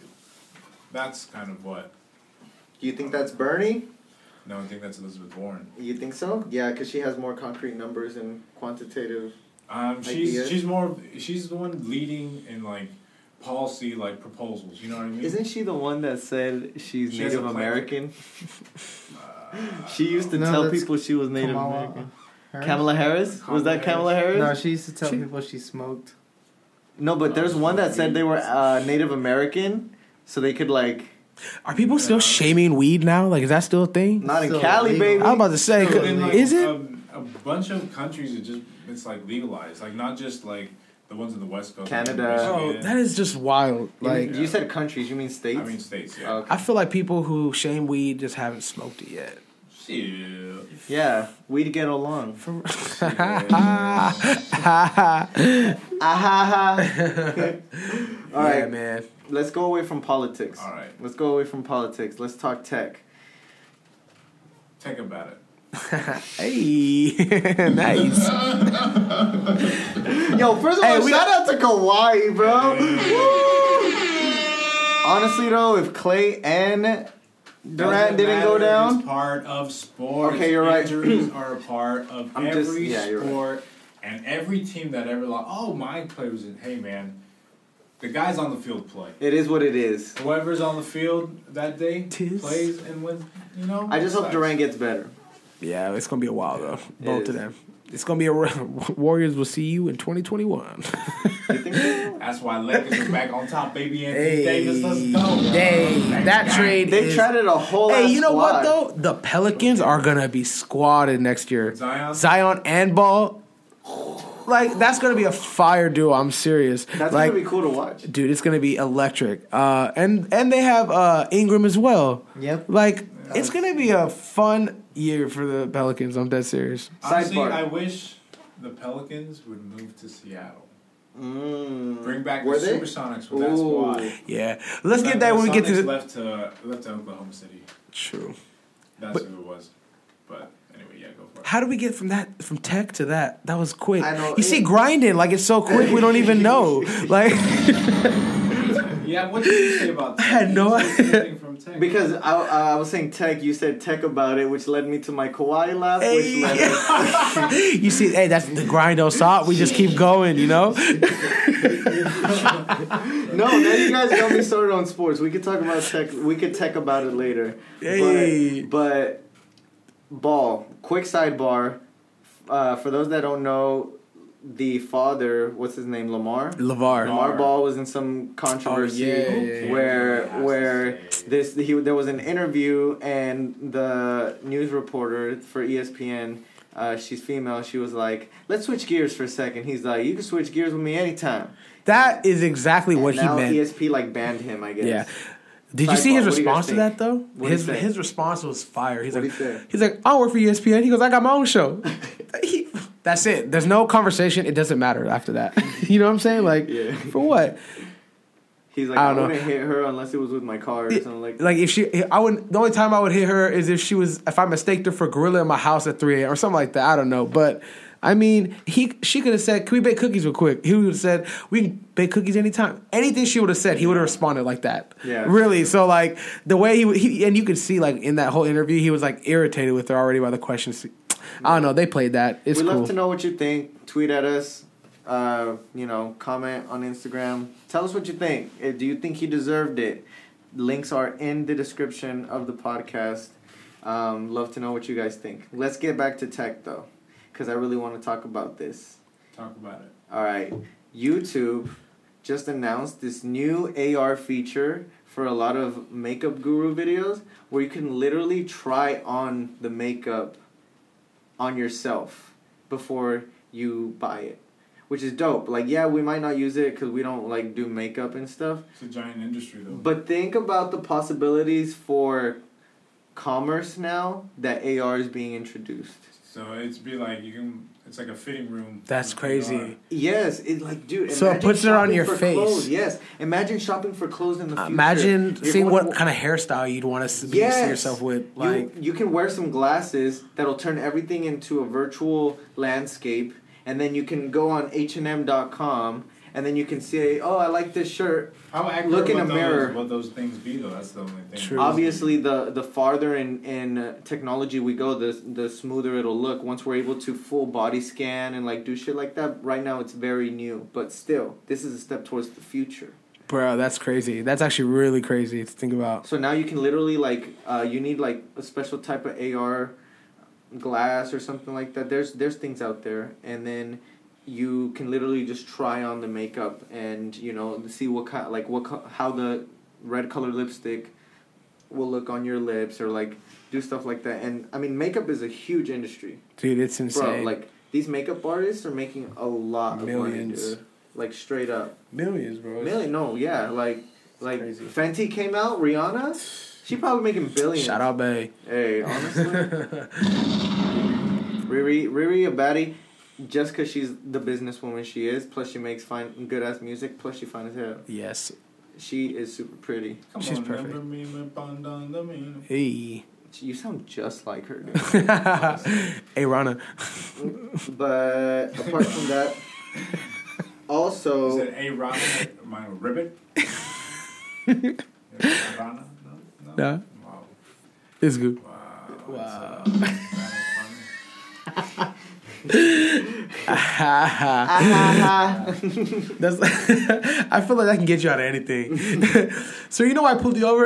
Speaker 4: That's kind of what.
Speaker 5: Do you think that's Bernie?
Speaker 4: No, I think that's Elizabeth Warren.
Speaker 5: You think so? Yeah, because she has more concrete numbers and quantitative.
Speaker 4: Um, she's
Speaker 5: Ideas?
Speaker 4: she's more of- she's the one leading in like policy like proposals. You know what I mean?
Speaker 5: Isn't she the one that said she's
Speaker 4: She has a
Speaker 5: Native
Speaker 4: plan.
Speaker 5: American? she used to
Speaker 3: No,
Speaker 5: tell
Speaker 3: that's
Speaker 5: people she was Native
Speaker 3: Kamala
Speaker 5: American.
Speaker 3: Harris?
Speaker 5: Kamala Harris? Was that Kamala
Speaker 4: Kamala
Speaker 5: Harris?
Speaker 3: No, she used to tell
Speaker 6: She-
Speaker 3: people she smoked.
Speaker 5: No, but there's one that said they were uh, Native American, so they could like
Speaker 6: are people still shaming weed now? Like is that still a thing?
Speaker 5: not in
Speaker 3: So
Speaker 5: Cali,
Speaker 3: illegal.
Speaker 5: baby.
Speaker 6: I'm about to say,
Speaker 4: So then, like,
Speaker 6: is it?
Speaker 4: um, a bunch of countries? It just it's like legalized, like not just like the ones in the West Coast.
Speaker 5: Canada.
Speaker 6: Bro,
Speaker 4: Michigan.
Speaker 6: that is just wild.
Speaker 5: You mean-
Speaker 6: Like
Speaker 5: you said countries, you mean states?
Speaker 4: I mean states. Yeah.
Speaker 5: Okay.
Speaker 6: I feel like people who shame weed just haven't smoked it yet.
Speaker 4: Shit.
Speaker 5: yeah, we'd get along. Ah ha ha. All
Speaker 6: yeah,
Speaker 5: right,
Speaker 6: man.
Speaker 5: let's go away from politics.
Speaker 4: All right,
Speaker 5: Let's go away from politics. Let's talk tech.
Speaker 4: think about it.
Speaker 6: Hey, nice.
Speaker 5: Yo, first of
Speaker 6: Hey,
Speaker 5: all,
Speaker 6: we-
Speaker 5: shout out to Kawhi, bro. Woo! Honestly, though, if Clay and Durant
Speaker 4: Doesn't
Speaker 5: didn't go
Speaker 4: matter,
Speaker 5: down,
Speaker 4: It's part of sports.
Speaker 5: Okay, you're right.
Speaker 4: Injuries are a part of
Speaker 5: I'm just-
Speaker 4: every
Speaker 5: yeah, you're right.
Speaker 4: sport, and every team that ever lost. Oh, my play was in. Hey, man, the guys on the field play.
Speaker 5: it is what it is.
Speaker 4: Whoever's on the field that day
Speaker 6: Tis.
Speaker 4: plays and wins. You know.
Speaker 5: I just hope
Speaker 4: sucks.
Speaker 5: Durant gets better.
Speaker 6: Yeah, it's gonna be a while though.
Speaker 5: It
Speaker 6: Both of
Speaker 5: is.
Speaker 6: them. It's gonna be a Warriors will see you in 2021.
Speaker 5: You think so?
Speaker 4: That's why Lakers are back on top, baby. Anthony
Speaker 6: Hey,
Speaker 4: Davis, let's go.
Speaker 6: hey, that trade.
Speaker 5: They
Speaker 6: is,
Speaker 5: traded a whole.
Speaker 6: Hey,
Speaker 5: ass
Speaker 6: you know what
Speaker 5: squad.
Speaker 6: though? The Pelicans are gonna be squatted next year.
Speaker 4: Zion?
Speaker 6: Zion and Ball. Like that's gonna be a fire duo. I'm serious.
Speaker 5: That's
Speaker 6: like,
Speaker 5: gonna be cool to watch.
Speaker 6: dude, it's gonna be electric. Uh, and and they have uh Ingram as well.
Speaker 3: Yep.
Speaker 6: Like it's gonna be a fun year for the Pelicans. I'm dead serious.
Speaker 4: Honestly,
Speaker 5: Sidebar.
Speaker 4: I wish the Pelicans would move to Seattle.
Speaker 5: Mm.
Speaker 4: Bring back
Speaker 5: Were
Speaker 4: the
Speaker 5: they?
Speaker 4: Supersonics with that
Speaker 5: Ooh.
Speaker 4: squad.
Speaker 6: Yeah, let's get that when we get to the
Speaker 4: left to left to Oklahoma City.
Speaker 6: true.
Speaker 4: That's
Speaker 6: But-
Speaker 4: who it was. But anyway, yeah, go for it.
Speaker 6: How do we get from that from tech to that? That was quick.
Speaker 5: I know,
Speaker 6: you see,
Speaker 5: it-
Speaker 6: grinding like it's so quick we don't even know. Like,
Speaker 4: You Yeah, what did you say about
Speaker 6: I
Speaker 4: that?
Speaker 6: had no
Speaker 4: You said
Speaker 6: idea.
Speaker 4: something from Tech.
Speaker 5: Because I, I I was saying tech, you said tech about it, which led me to my Kawhi laugh, which led me
Speaker 6: you see, hey, that's the grind don't stop. We just keep going, you know.
Speaker 5: No, now you guys got me started on sports. We could talk about tech. We could tech about it later.
Speaker 6: Hey.
Speaker 5: But, but ball. Quick sidebar. Uh, for those that don't know, the father, what's his name, Lamar.
Speaker 6: Levar.
Speaker 5: Lamar Ball was in some controversy
Speaker 6: Oh, yeah, yeah, yeah.
Speaker 5: where
Speaker 4: Yeah,
Speaker 5: where
Speaker 4: that's insane.
Speaker 5: this he there was an interview and the news reporter for E ESPN. Uh, she's female. She was like, "Let's switch gears for a second. He's like, "You can switch gears with me anytime."
Speaker 6: That is exactly what
Speaker 5: And
Speaker 6: he
Speaker 5: now
Speaker 6: meant.
Speaker 5: ESP like banned him, I guess.
Speaker 6: Yeah. Did you see his
Speaker 5: Sidebar, what do you
Speaker 6: response
Speaker 5: guys
Speaker 6: to that
Speaker 5: think?
Speaker 6: though?
Speaker 5: What'd
Speaker 6: His
Speaker 5: he say?
Speaker 6: his response was fire. He's
Speaker 5: What'd
Speaker 6: like
Speaker 5: he say?
Speaker 6: he's like I don't work for E ESPN. He goes I got my own show. He- That's it. There's no conversation. It doesn't matter after that. you know what I'm saying? Like
Speaker 5: Yeah.
Speaker 6: for what?
Speaker 5: He's like,
Speaker 6: I
Speaker 5: I,
Speaker 6: don't know.
Speaker 5: wouldn't hit her unless it was with my car or something like that.
Speaker 6: Like if she, I would. not The only time I would hit her is if she was, if I mistaked her for gorilla in my house at three a.m. or something like that. I don't know, but I mean, he, she could have said, "Can we bake cookies real quick?" He would have said, "We can bake cookies anytime." Anything she would have said, he would have responded like that.
Speaker 5: Yeah.
Speaker 6: really. So like the way he, he, and you could see like in that whole interview, he was like irritated with her already by the questions. I don't know. They played that. It's
Speaker 5: We'd
Speaker 6: cool.
Speaker 5: love to know what you think. Tweet at us. Uh, you know, comment on Instagram. Tell us what you think. Uh, Do you think he deserved it? Links are in the description of the podcast. Um, love to know what you guys think. Let's get back to tech though, because I really want to talk about this.
Speaker 4: Talk about it.
Speaker 5: All right, YouTube just announced this new AR feature for a lot of makeup guru videos where you can literally try on the makeup on yourself before you buy it, which is dope. Like, yeah, we might not use it because we don't like do makeup and stuff,
Speaker 4: It's a giant industry, though.
Speaker 5: but think about the possibilities for commerce now that AR is being introduced.
Speaker 4: so it's be like you can. It's like a fitting room.
Speaker 6: That's
Speaker 4: for
Speaker 6: crazy.
Speaker 5: Yes, it like dude.
Speaker 6: So it
Speaker 5: imagine
Speaker 6: puts it on
Speaker 5: shopping
Speaker 6: your
Speaker 5: for
Speaker 6: face.
Speaker 5: Clothes. Yes, imagine shopping for clothes in the future.
Speaker 6: Imagine
Speaker 5: You're
Speaker 6: seeing
Speaker 5: going-
Speaker 6: what kind of hairstyle you'd want to be,
Speaker 5: Yes.
Speaker 6: see yourself with.
Speaker 5: You-
Speaker 6: Like
Speaker 5: you, can wear some glasses that'll turn everything into a virtual landscape, and then you can go on H&M.com, and then you can say, "Oh, I like this shirt."
Speaker 4: How accurate
Speaker 5: Look in
Speaker 4: would
Speaker 5: a
Speaker 4: those,
Speaker 5: mirror.
Speaker 4: What those things be though? That's the only thing.
Speaker 6: True.
Speaker 5: Obviously, the the farther in in uh, technology we go, the the smoother it'll look. Once we're able to full body scan and like do shit like that, right now it's very new, but still, this is a step towards the future.
Speaker 6: Bro, that's crazy. That's actually really crazy to think about.
Speaker 5: So now you can literally like uh, you need like a special type of AR glass or something like that. There's there's things out there, and then you can literally just try on the makeup and you know see what kind like what co- how the red color lipstick will look on your lips or like do stuff like that. And I mean, makeup is a huge industry,
Speaker 6: Dude, it's
Speaker 5: bro.
Speaker 6: insane.
Speaker 5: Like these makeup artists are making a lot of
Speaker 6: Millions.
Speaker 5: money, dude. Like straight up.
Speaker 6: millions, bro.
Speaker 5: Million? No, yeah, like like
Speaker 6: crazy.
Speaker 5: Fenty came out, Rihanna, she probably making billions.
Speaker 6: Shout out, Bay.
Speaker 5: Hey, honestly, Riri Riri Abadi, just because she's the businesswoman she is, plus she makes fine good ass music, plus she fine as hell.
Speaker 6: Yes.
Speaker 5: She is super pretty.
Speaker 4: Come
Speaker 6: She's
Speaker 4: on,
Speaker 6: perfect.
Speaker 4: remember me when Bond on the moon.
Speaker 6: Hey.
Speaker 5: She- you sound just like her, dude.
Speaker 6: hey, Rana.
Speaker 5: but apart from that,
Speaker 4: Is
Speaker 5: also
Speaker 4: it a Rana? My ribbit. Rana? No.
Speaker 6: No.
Speaker 4: Wow.
Speaker 6: It's good.
Speaker 4: Wow.
Speaker 6: Wow.
Speaker 4: That's, uh, that is
Speaker 6: That's. I feel like I can get you out of anything. so you know why I pulled you over?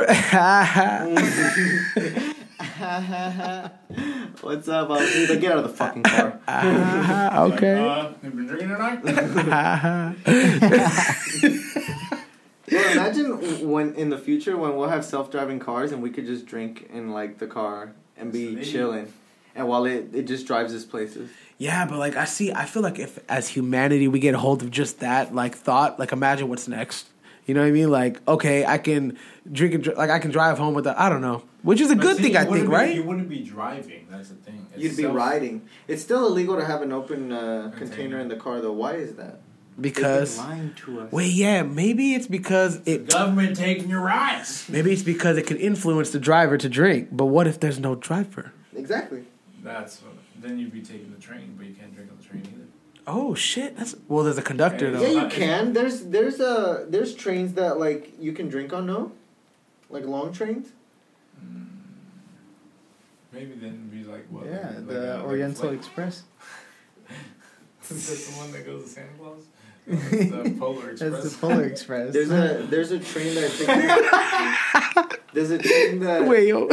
Speaker 5: what's up, Ozzy? Like, get out of the fucking car.
Speaker 4: funny.
Speaker 6: okay.
Speaker 4: Uh, you've been drinking tonight?
Speaker 5: Well, imagine when in the future when we'll have self-driving cars and we could just drink in like the car and be
Speaker 4: That's amazing.
Speaker 5: chilling, and while it, it just drives us places.
Speaker 6: Yeah, but like I see, I feel like if as humanity we get a hold of just that like thought, like imagine what's next. You know what I mean? Like, okay, I can drink and dri- like I can drive home with the I don't know, which is a
Speaker 4: But
Speaker 6: good
Speaker 4: see,
Speaker 6: thing
Speaker 4: you
Speaker 6: I
Speaker 4: wouldn't
Speaker 6: think,
Speaker 4: be-
Speaker 6: right?
Speaker 4: You wouldn't be driving. That's the thing. It's
Speaker 5: You'd be
Speaker 4: self-
Speaker 5: riding. It's still illegal to have an open uh,
Speaker 4: Container.
Speaker 5: container in the car though. Why is that? They've been
Speaker 6: because
Speaker 5: lying to us.
Speaker 6: Wait, yeah, maybe it's because it
Speaker 4: Government taking your rights.
Speaker 6: maybe it's because it can influence the driver to drink. But what if there's no driver?
Speaker 5: Exactly.
Speaker 4: That's then you'd be taking the train, but you can't drink on the train either.
Speaker 6: Oh shit! That's well. There's a conductor
Speaker 5: Yeah,
Speaker 6: though.
Speaker 5: you can. There's there's uh there's trains that like you can drink on. No, like long trains.
Speaker 4: Maybe then be like what?
Speaker 3: yeah,
Speaker 4: like,
Speaker 3: the
Speaker 4: uh, like a
Speaker 3: Oriental
Speaker 4: flight-
Speaker 3: Express.
Speaker 4: Is that the one that goes to Santa Claus? No, that's the Polar Express.
Speaker 3: That's the Polar Express.
Speaker 5: There's a there's a train that takes there's a train that
Speaker 6: Wait, yo,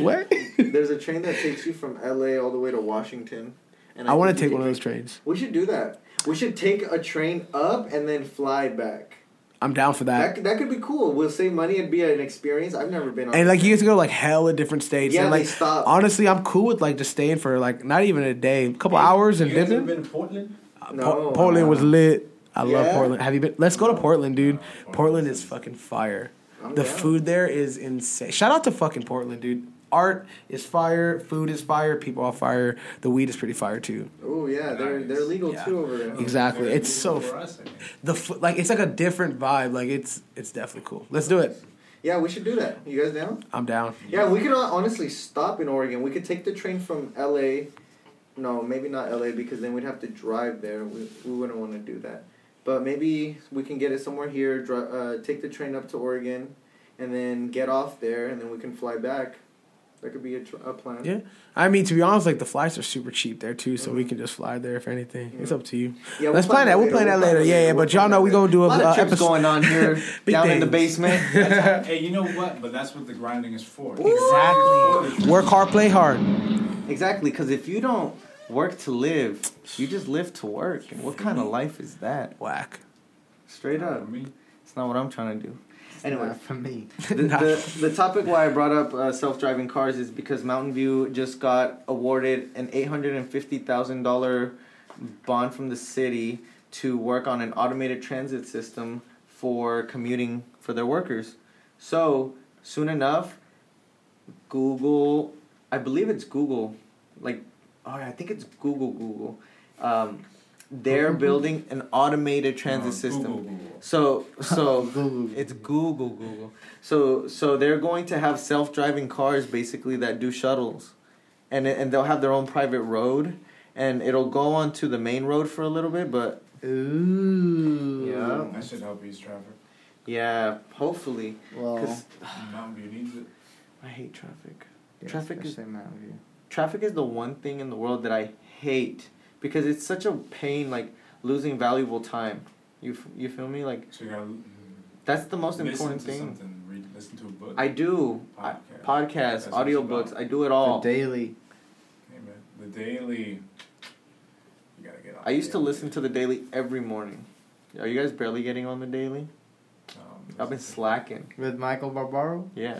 Speaker 6: what?
Speaker 5: there's a train that takes you from L.A. all the way to Washington. And
Speaker 6: I want
Speaker 5: think
Speaker 6: to
Speaker 5: you
Speaker 6: take one of
Speaker 5: can-
Speaker 6: those trains.
Speaker 5: We should do that. We should take a train up and then fly back.
Speaker 6: I'm down for
Speaker 5: That
Speaker 6: that.
Speaker 5: that could be cool. We'll save money and be an experience. I've never been on.
Speaker 6: And like you get to go like hell at different states.
Speaker 5: Yeah,
Speaker 6: and, like
Speaker 5: they stop.
Speaker 6: honestly, I'm cool with like just staying for like not even a day, a couple
Speaker 4: Hey,
Speaker 6: hours and
Speaker 4: you guys
Speaker 6: dipping.
Speaker 4: ever been to Portland?
Speaker 5: No,
Speaker 6: Portland was lit. I love
Speaker 5: Yeah?
Speaker 6: Portland. Have you been? Let's go to Portland, dude.
Speaker 4: Portland's
Speaker 6: Portland is fucking fire.
Speaker 5: I'm
Speaker 6: the
Speaker 5: down.
Speaker 6: food there is insane. Shout out to fucking Portland, dude. Art is fire. Food is fire. People are fire. The weed is pretty fire too.
Speaker 5: Oh yeah, they're
Speaker 4: Nice.
Speaker 5: they're legal
Speaker 6: Yeah.
Speaker 5: too over there.
Speaker 6: Exactly.
Speaker 4: They're
Speaker 6: It's so
Speaker 4: for
Speaker 6: f-
Speaker 4: us, I think.
Speaker 6: the fo- like it's like a different vibe. Like it's it's definitely cool. Let's do it.
Speaker 5: Yeah, we should do that. You guys down?
Speaker 6: I'm down.
Speaker 5: Yeah, we could hon- honestly stop in Oregon. We could take the train from LA. No, maybe not LA because then we'd have to drive there. We, we wouldn't want to do that. But maybe we can get it somewhere here, dri- uh, take the train up to Oregon, and then get off there, and then we can fly back. That could be a, tr- a plan.
Speaker 6: Yeah. I mean, to be honest, like the flights are super cheap there too, so we can just fly there if anything. It's up to you.
Speaker 5: Yeah,
Speaker 6: Let's plan that. We'll plan that later. Yeah, yeah. But y'all know we gonna do a,
Speaker 5: lot of
Speaker 6: uh,
Speaker 5: trips
Speaker 6: episode.
Speaker 5: going on here
Speaker 6: Big
Speaker 5: down in the
Speaker 6: things.
Speaker 5: basement.
Speaker 4: hey, you know what? But that's what the grinding is for.
Speaker 6: Exactly. Work hard, play hard.
Speaker 5: exactly, because if you don't work to live, you just live to work. And what kind of life is that?
Speaker 6: Whack.
Speaker 5: Straight
Speaker 4: For
Speaker 5: up.
Speaker 4: me.
Speaker 5: It's not what I'm trying to do. Anyway,
Speaker 3: Not for me.
Speaker 5: the, the, the topic why I brought up uh, self driving cars is because Mountain View just got awarded an $850,000 bond from the city to work on an automated transit system for commuting for their workers. So, soon enough, Google, I believe it's Google, like, oh, I think it's Google, Google. Um, they're building an automated transit
Speaker 4: No,
Speaker 5: system.
Speaker 4: Um, Google, Google.
Speaker 5: So so it's Google Google. So so they're going to have self-driving cars basically that do shuttles, and and they'll have their own private road, and it'll go onto the main road for a little bit, but
Speaker 3: Ooh.
Speaker 5: yeah
Speaker 4: That should help ease traffic.
Speaker 5: yeah hopefully
Speaker 3: Well,
Speaker 5: because
Speaker 4: Mountain View needs it.
Speaker 5: I hate traffic.
Speaker 3: yeah,
Speaker 5: traffic is-
Speaker 3: especially Mountain View.
Speaker 5: Traffic is the one thing in the world that I hate because it's such a pain like losing valuable time. You f- you feel me like
Speaker 4: So you gotta l-
Speaker 5: that's the most
Speaker 4: listen
Speaker 5: important
Speaker 4: to
Speaker 5: thing.
Speaker 4: something. Read, listen to a book.
Speaker 5: I do I-
Speaker 4: Podcast.
Speaker 5: podcasts,
Speaker 4: That's what it's about.
Speaker 5: audiobooks, I do it
Speaker 3: The
Speaker 5: all.
Speaker 3: daily.
Speaker 4: Hey, man, the daily. You gotta get. on
Speaker 5: I used to
Speaker 4: the
Speaker 5: listen to the daily every morning. Are you guys barely getting on the
Speaker 4: daily.
Speaker 5: daily?
Speaker 4: Um,
Speaker 5: I've been slacking.
Speaker 3: With Michael Barbaro?
Speaker 5: Yeah.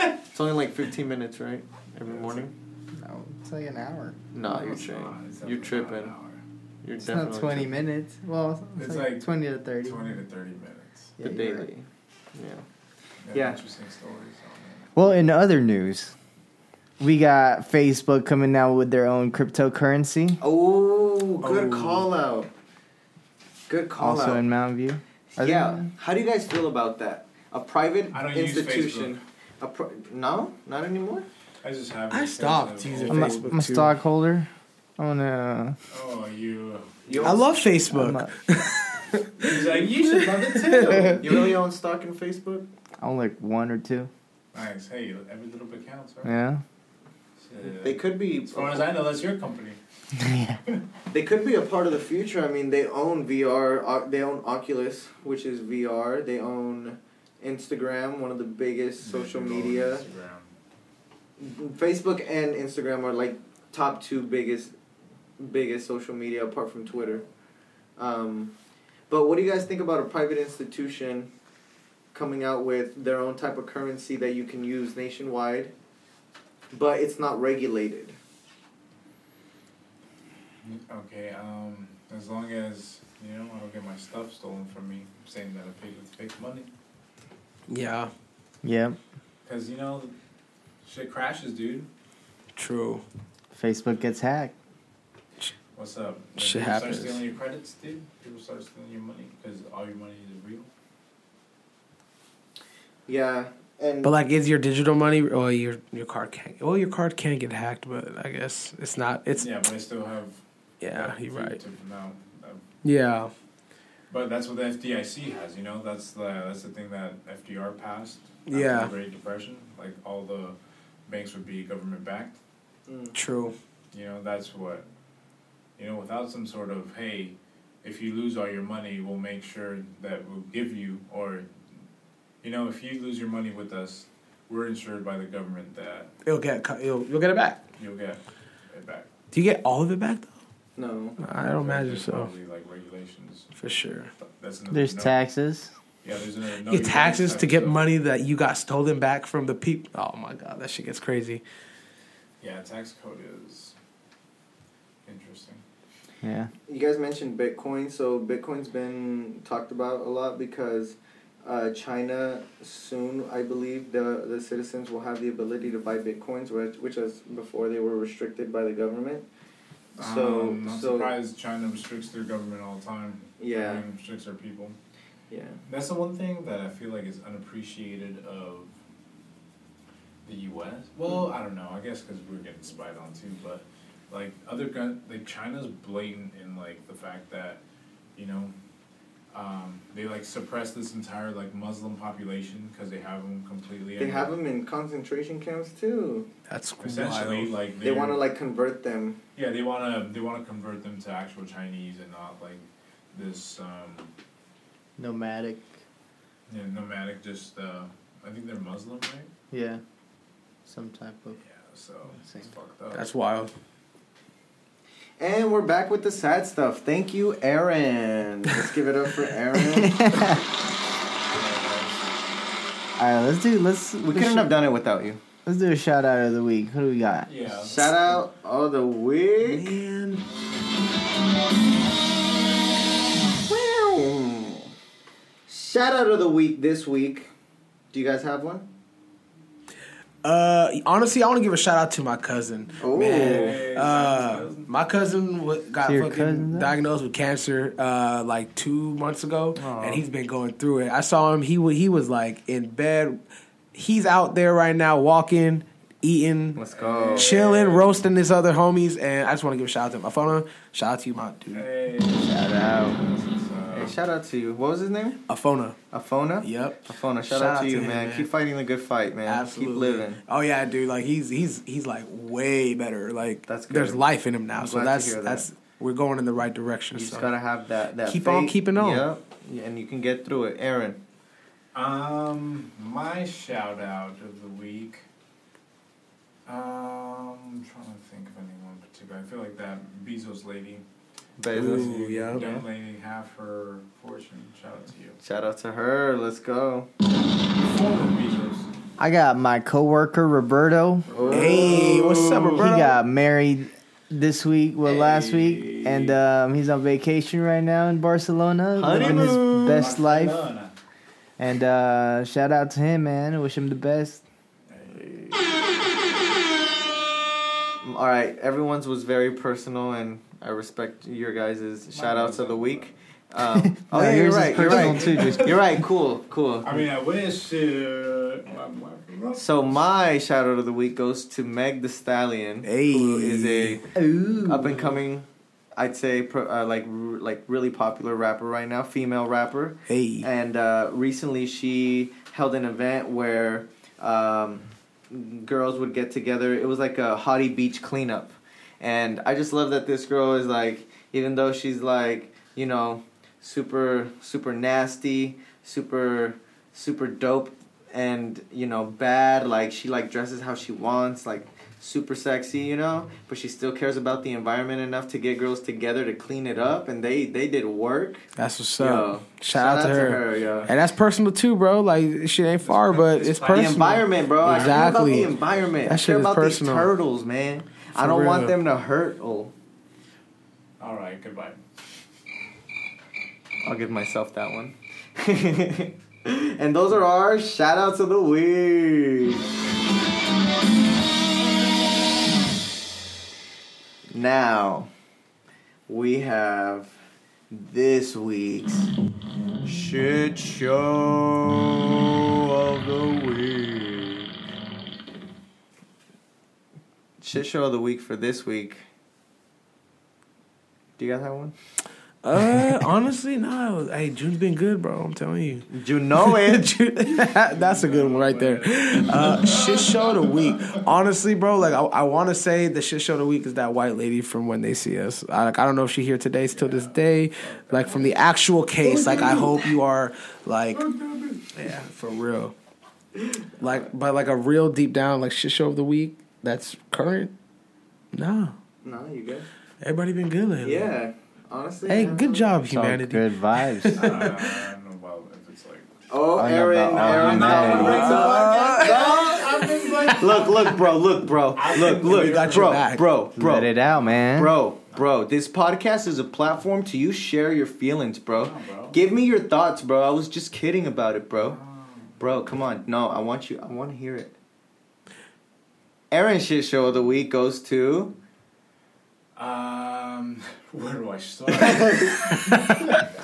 Speaker 5: it's only like 15 minutes, right? Every morning?
Speaker 3: No, it's like an hour.
Speaker 5: No, you're
Speaker 4: it's not.
Speaker 5: tripping.
Speaker 4: It's definitely
Speaker 5: You're
Speaker 4: not
Speaker 5: tripping.
Speaker 4: an hour.
Speaker 5: You're
Speaker 3: It's
Speaker 5: definitely
Speaker 3: not 20
Speaker 5: tripping.
Speaker 3: minutes. Well, it's,
Speaker 4: It's
Speaker 3: like,
Speaker 4: like
Speaker 3: 20 to 30.
Speaker 4: Twenty to thirty minutes.
Speaker 3: Yeah,
Speaker 5: The
Speaker 3: you're
Speaker 5: daily.
Speaker 3: right.
Speaker 5: Yeah.
Speaker 4: Yeah.
Speaker 5: Yeah.
Speaker 4: Interesting stories. On
Speaker 3: Well, in other news, we got Facebook coming out with their own cryptocurrency,
Speaker 5: Oh, good
Speaker 4: Oh.
Speaker 5: call out. Good call
Speaker 3: also
Speaker 5: out.
Speaker 3: in Mountain View. Are they-
Speaker 5: yeah. How do you guys feel about that? A private
Speaker 4: I don't use
Speaker 5: institution. a pri- no? Not anymore?
Speaker 4: that. I just have.
Speaker 6: I stopped using
Speaker 3: I'm a,
Speaker 6: Facebook
Speaker 3: I'm a
Speaker 6: too.
Speaker 3: stockholder. I'm gonna.
Speaker 4: Oh, you.
Speaker 5: You
Speaker 6: I
Speaker 5: own-
Speaker 6: love
Speaker 3: I'm
Speaker 6: Facebook.
Speaker 3: a,
Speaker 4: He's like, you should love it too.
Speaker 5: you really own stock in Facebook?
Speaker 3: I'm like one or two.
Speaker 4: Nice. Hey, every little bit counts, right?
Speaker 3: Yeah.
Speaker 4: Shit.
Speaker 5: They could be
Speaker 4: As far as I know, that's your company.
Speaker 5: They could be a part of the future. I mean, they own VR. o- They own Oculus, which is VR. They own Instagram, one of the biggest
Speaker 4: Digital
Speaker 5: social
Speaker 4: and
Speaker 5: media.
Speaker 4: Instagram.
Speaker 5: Facebook and Instagram are like top two biggest, biggest social media apart from Twitter. Um, but what do you guys think about a private institution coming out with their own type of currency that you can use nationwide, but it's not regulated?
Speaker 4: Okay, um, as long as, you know, I don't get my stuff stolen from me, I'm saying that I paid with fake money.
Speaker 6: Yeah,
Speaker 3: Yep.
Speaker 4: Because, you know, shit crashes, dude.
Speaker 6: true.
Speaker 3: Facebook gets hacked.
Speaker 4: What's up? When
Speaker 6: Shit
Speaker 4: people
Speaker 6: happens.
Speaker 4: start stealing your credits, dude. People start stealing your money because all your money is real.
Speaker 5: Yeah, and
Speaker 6: But like, is your digital money? Well, your your card can't. Well, your card can get hacked, but I guess it's not. It's
Speaker 4: yeah, but I still have
Speaker 6: Yeah, you're
Speaker 4: From-
Speaker 6: right.
Speaker 4: from now.
Speaker 6: Yeah.
Speaker 4: But that's what the FDIC has, you know. That's the that's the thing that FDR passed. after
Speaker 6: Yeah.
Speaker 4: The Great Depression, like all the banks would be government backed.
Speaker 5: mm,
Speaker 6: True.
Speaker 4: You know, that's what. You know, without some sort of hey, if you lose all your money, we'll make sure that we'll give you or, you know, if you lose your money with us, we're insured by the government that
Speaker 6: It'll get cut. You'll, you'll get it back.
Speaker 4: you'll get it back.
Speaker 6: Do you get all of it back though?
Speaker 5: No.
Speaker 6: I don't imagine
Speaker 4: There's
Speaker 6: so.
Speaker 4: Probably like regulations.
Speaker 6: For sure.
Speaker 4: That's another
Speaker 3: There's
Speaker 4: note.
Speaker 3: taxes.
Speaker 4: Yeah, there's another. note.
Speaker 6: You get taxes to get
Speaker 4: So-
Speaker 6: money that you got stolen back from the people. Oh my god, that shit gets crazy.
Speaker 4: Yeah, tax code is interesting.
Speaker 3: Yeah.
Speaker 5: You guys mentioned Bitcoin, so Bitcoin's been talked about a lot because uh, China soon, I believe, the the citizens will have the ability to buy bitcoins, which which as before they were restricted by the government. So
Speaker 4: um, I'm
Speaker 5: so
Speaker 4: surprised China restricts their government all the time.
Speaker 5: Yeah.
Speaker 4: and restricts their people.
Speaker 5: yeah,
Speaker 4: That's the one thing that I feel like is unappreciated of the U.S. Well, I don't know. I guess because we're getting spied on too, but like other gun, like China's blatant in like the fact that you know um, they like suppress this entire like Muslim population because they have them completely.
Speaker 5: they have
Speaker 4: under-
Speaker 5: them in concentration camps too.
Speaker 6: That's
Speaker 4: essentially
Speaker 6: wild.
Speaker 4: like
Speaker 5: They
Speaker 4: they're-
Speaker 5: want to like convert them.
Speaker 4: Yeah, they wanna they wanna convert them to actual Chinese and not like this um,
Speaker 3: Nomadic.
Speaker 4: you know, nomadic. Just uh, I think they're Muslim, right?
Speaker 3: Yeah. Some type of.
Speaker 4: Yeah, so
Speaker 3: Same.
Speaker 4: it's fucked up.
Speaker 6: That's wild.
Speaker 5: And we're back with the sad stuff. Thank you, Aaron. Let's give it up for Aaron.
Speaker 3: All right, let's do. Let's.
Speaker 5: we couldn't have done it without you.
Speaker 3: Let's do a shout out of the week. Who do we got?
Speaker 4: yeah.
Speaker 5: Shout out all the week.
Speaker 6: Man.
Speaker 5: Wow. Shout out of the week this week. Do you guys have one?
Speaker 6: Uh, honestly, I want to give a shout out to my cousin.
Speaker 5: Oh.
Speaker 6: Man, uh, my cousin w- got
Speaker 3: To your
Speaker 6: fucking
Speaker 3: cousin, though?
Speaker 6: diagnosed with cancer uh, like two months ago, and he's been going through it. I saw him. He wa he was like in bed. He's out there right now, walking, eating,
Speaker 5: go.
Speaker 6: chilling, roasting his other homies, and I just want to give a shout out to him. Afona, shout out to you, my dude.
Speaker 4: Hey.
Speaker 5: Shout out.
Speaker 4: This is, uh,
Speaker 5: Hey, shout out to you. What was his name?
Speaker 6: Afona,
Speaker 5: Afona?
Speaker 6: yep.
Speaker 5: Afona, shout, out, to you,
Speaker 6: him,
Speaker 5: man.
Speaker 6: man.
Speaker 5: Keep fighting the good fight, man.
Speaker 6: Absolutely.
Speaker 5: Keep living.
Speaker 6: Oh yeah, dude. Like he's he's he's like way better. Like
Speaker 5: That's good.
Speaker 6: there's life in him now.
Speaker 5: I'm
Speaker 6: so
Speaker 5: glad to
Speaker 6: that's
Speaker 5: hear that.
Speaker 6: that's we're going in the right direction.
Speaker 5: You just
Speaker 6: so.
Speaker 5: gotta have that. that
Speaker 6: Keep on
Speaker 5: faith.
Speaker 6: keeping on.
Speaker 5: Yep. Yeah, and you can get through it. Aaron.
Speaker 4: Um, my shout out of the week. Um, I'm trying to think of anyone in particular. I feel like that Bezos lady,
Speaker 5: Bezos.
Speaker 6: Ooh, yeah.
Speaker 4: young lady, half her fortune. Shout out to you,
Speaker 5: Shout out to her. Let's go.
Speaker 4: former Bezos.
Speaker 3: I got my coworker Roberto.
Speaker 6: Hey, what's up,
Speaker 3: He
Speaker 6: Roberto?
Speaker 3: got married this week, well, last week, and um, he's on vacation right now in Barcelona, living his
Speaker 5: Honeymoon.
Speaker 3: best life.
Speaker 4: Barcelona.
Speaker 3: And uh, shout out to him, man. I wish him the best.
Speaker 5: All right, everyone's was very personal, and I respect your guys' shout outs of the week. Um, oh,
Speaker 3: No,
Speaker 5: yeah, you're
Speaker 3: yours is
Speaker 5: right. You're
Speaker 3: personal
Speaker 5: right.
Speaker 3: too, just-
Speaker 5: you're right. Cool, cool.
Speaker 4: I mean, I wish. Uh, my, my,
Speaker 5: So my shout out of the week goes to Meg the Stallion, who
Speaker 6: Hey.
Speaker 5: is a
Speaker 3: Ooh.
Speaker 5: up and coming, I'd say, pro, uh, like r- like really popular rapper right now, female rapper.
Speaker 6: Hey.
Speaker 5: And uh, recently, she held an event where um, girls would get together. It was like a hottie beach cleanup, and I just love that this girl is like, even though she's like, you know, super super nasty, super super dope, and you know bad. Like she like dresses how she wants, like super sexy, you know. But she still cares about the environment enough to get girls together to clean it up, and they they did work.
Speaker 6: That's what's
Speaker 5: Yo,
Speaker 6: up. shout, out, to her.
Speaker 5: yo.
Speaker 6: And that's personal too, bro. Like shit ain't far, but it's
Speaker 5: The
Speaker 6: personal.
Speaker 5: environment, bro. I
Speaker 6: Exactly.
Speaker 5: care about the environment.
Speaker 6: That
Speaker 5: I
Speaker 6: shit
Speaker 5: care
Speaker 6: is
Speaker 5: about
Speaker 6: personal.
Speaker 5: these turtles, man. I
Speaker 6: For
Speaker 5: don't want
Speaker 6: real.
Speaker 5: them to hurt. Oh,
Speaker 4: all right, goodbye.
Speaker 5: I'll give myself that one. and those are our shout outs of the week. Now, we have this week's shit show of the week. Shit show of the week for this week Do you guys have one?
Speaker 6: Uh, honestly, no. Hey, June's been good, bro. I'm telling you.
Speaker 5: You know it.
Speaker 6: June- That's a good one right there. Uh, shit show of the week. Honestly, bro, like I, I want to say the shit show of the week is that white lady from when they see us. I, like I don't know if she here today, still this day, like from the actual case. Like I hope you are like, yeah, for real. Like, but like a real deep down like shit show of the week that's current. No,
Speaker 5: no, you good?
Speaker 6: everybody been good lately.
Speaker 5: Yeah. Honestly.
Speaker 6: Hey,
Speaker 5: yeah.
Speaker 6: good job,
Speaker 3: It's all
Speaker 6: humanity.
Speaker 3: Good vibes.
Speaker 4: I don't know- I don't know about Um, if it's like.
Speaker 5: Oh,
Speaker 3: I know
Speaker 5: Aaron,
Speaker 3: about all
Speaker 5: Aaron,
Speaker 3: humanity.
Speaker 5: that one. Look, look, bro, look, bro, look, look,
Speaker 6: got your
Speaker 5: bro,
Speaker 6: back.
Speaker 5: bro, bro,
Speaker 3: Let it out, man.
Speaker 5: Bro, bro, this podcast is a platform to you share your feelings, bro.
Speaker 4: oh, bro.
Speaker 5: Give me your thoughts, bro. I was just kidding about it, bro. Bro, come on. No, I want you. I want to hear it. Aaron shit show of the week goes to
Speaker 4: Um, where do I start? Who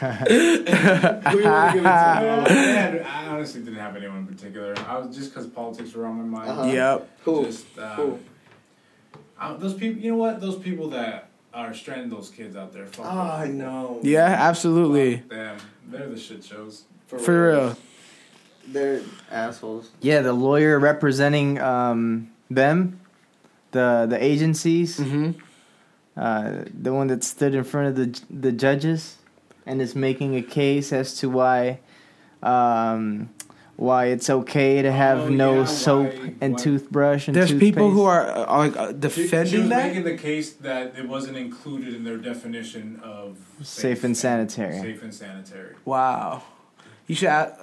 Speaker 4: you wanna give it to? I had- I honestly didn't have anyone in particular. I was just because politics were on my mind.
Speaker 5: Uh-huh.
Speaker 6: Yep.
Speaker 5: who?
Speaker 4: Just, uh,
Speaker 5: Who?
Speaker 4: I- those people, you know what? Those people that are stranding those kids out there. Fuck
Speaker 5: Ah,
Speaker 4: them.
Speaker 5: no.
Speaker 6: Yeah, absolutely.
Speaker 4: Fuck them. They're the shit shows.
Speaker 6: For real.
Speaker 5: They're assholes.
Speaker 3: Yeah, the lawyer representing um, them, the the agencies,
Speaker 6: hmm
Speaker 4: Mm-hmm.
Speaker 3: uh, the one that stood in front of the the judges, and is making a case as to why um, why it's okay to have
Speaker 4: Oh,
Speaker 3: no
Speaker 4: yeah,
Speaker 3: soap
Speaker 4: why-
Speaker 3: and
Speaker 4: why-
Speaker 3: toothbrush and
Speaker 6: There's people who
Speaker 3: toothpaste.
Speaker 6: are, uh, are like uh,
Speaker 4: She, she
Speaker 6: defending
Speaker 4: was
Speaker 6: that.
Speaker 4: making the case that it wasn't included in their definition of
Speaker 3: Safe and sanitary.
Speaker 4: Safe and sanitary.
Speaker 6: Wow, you should. I,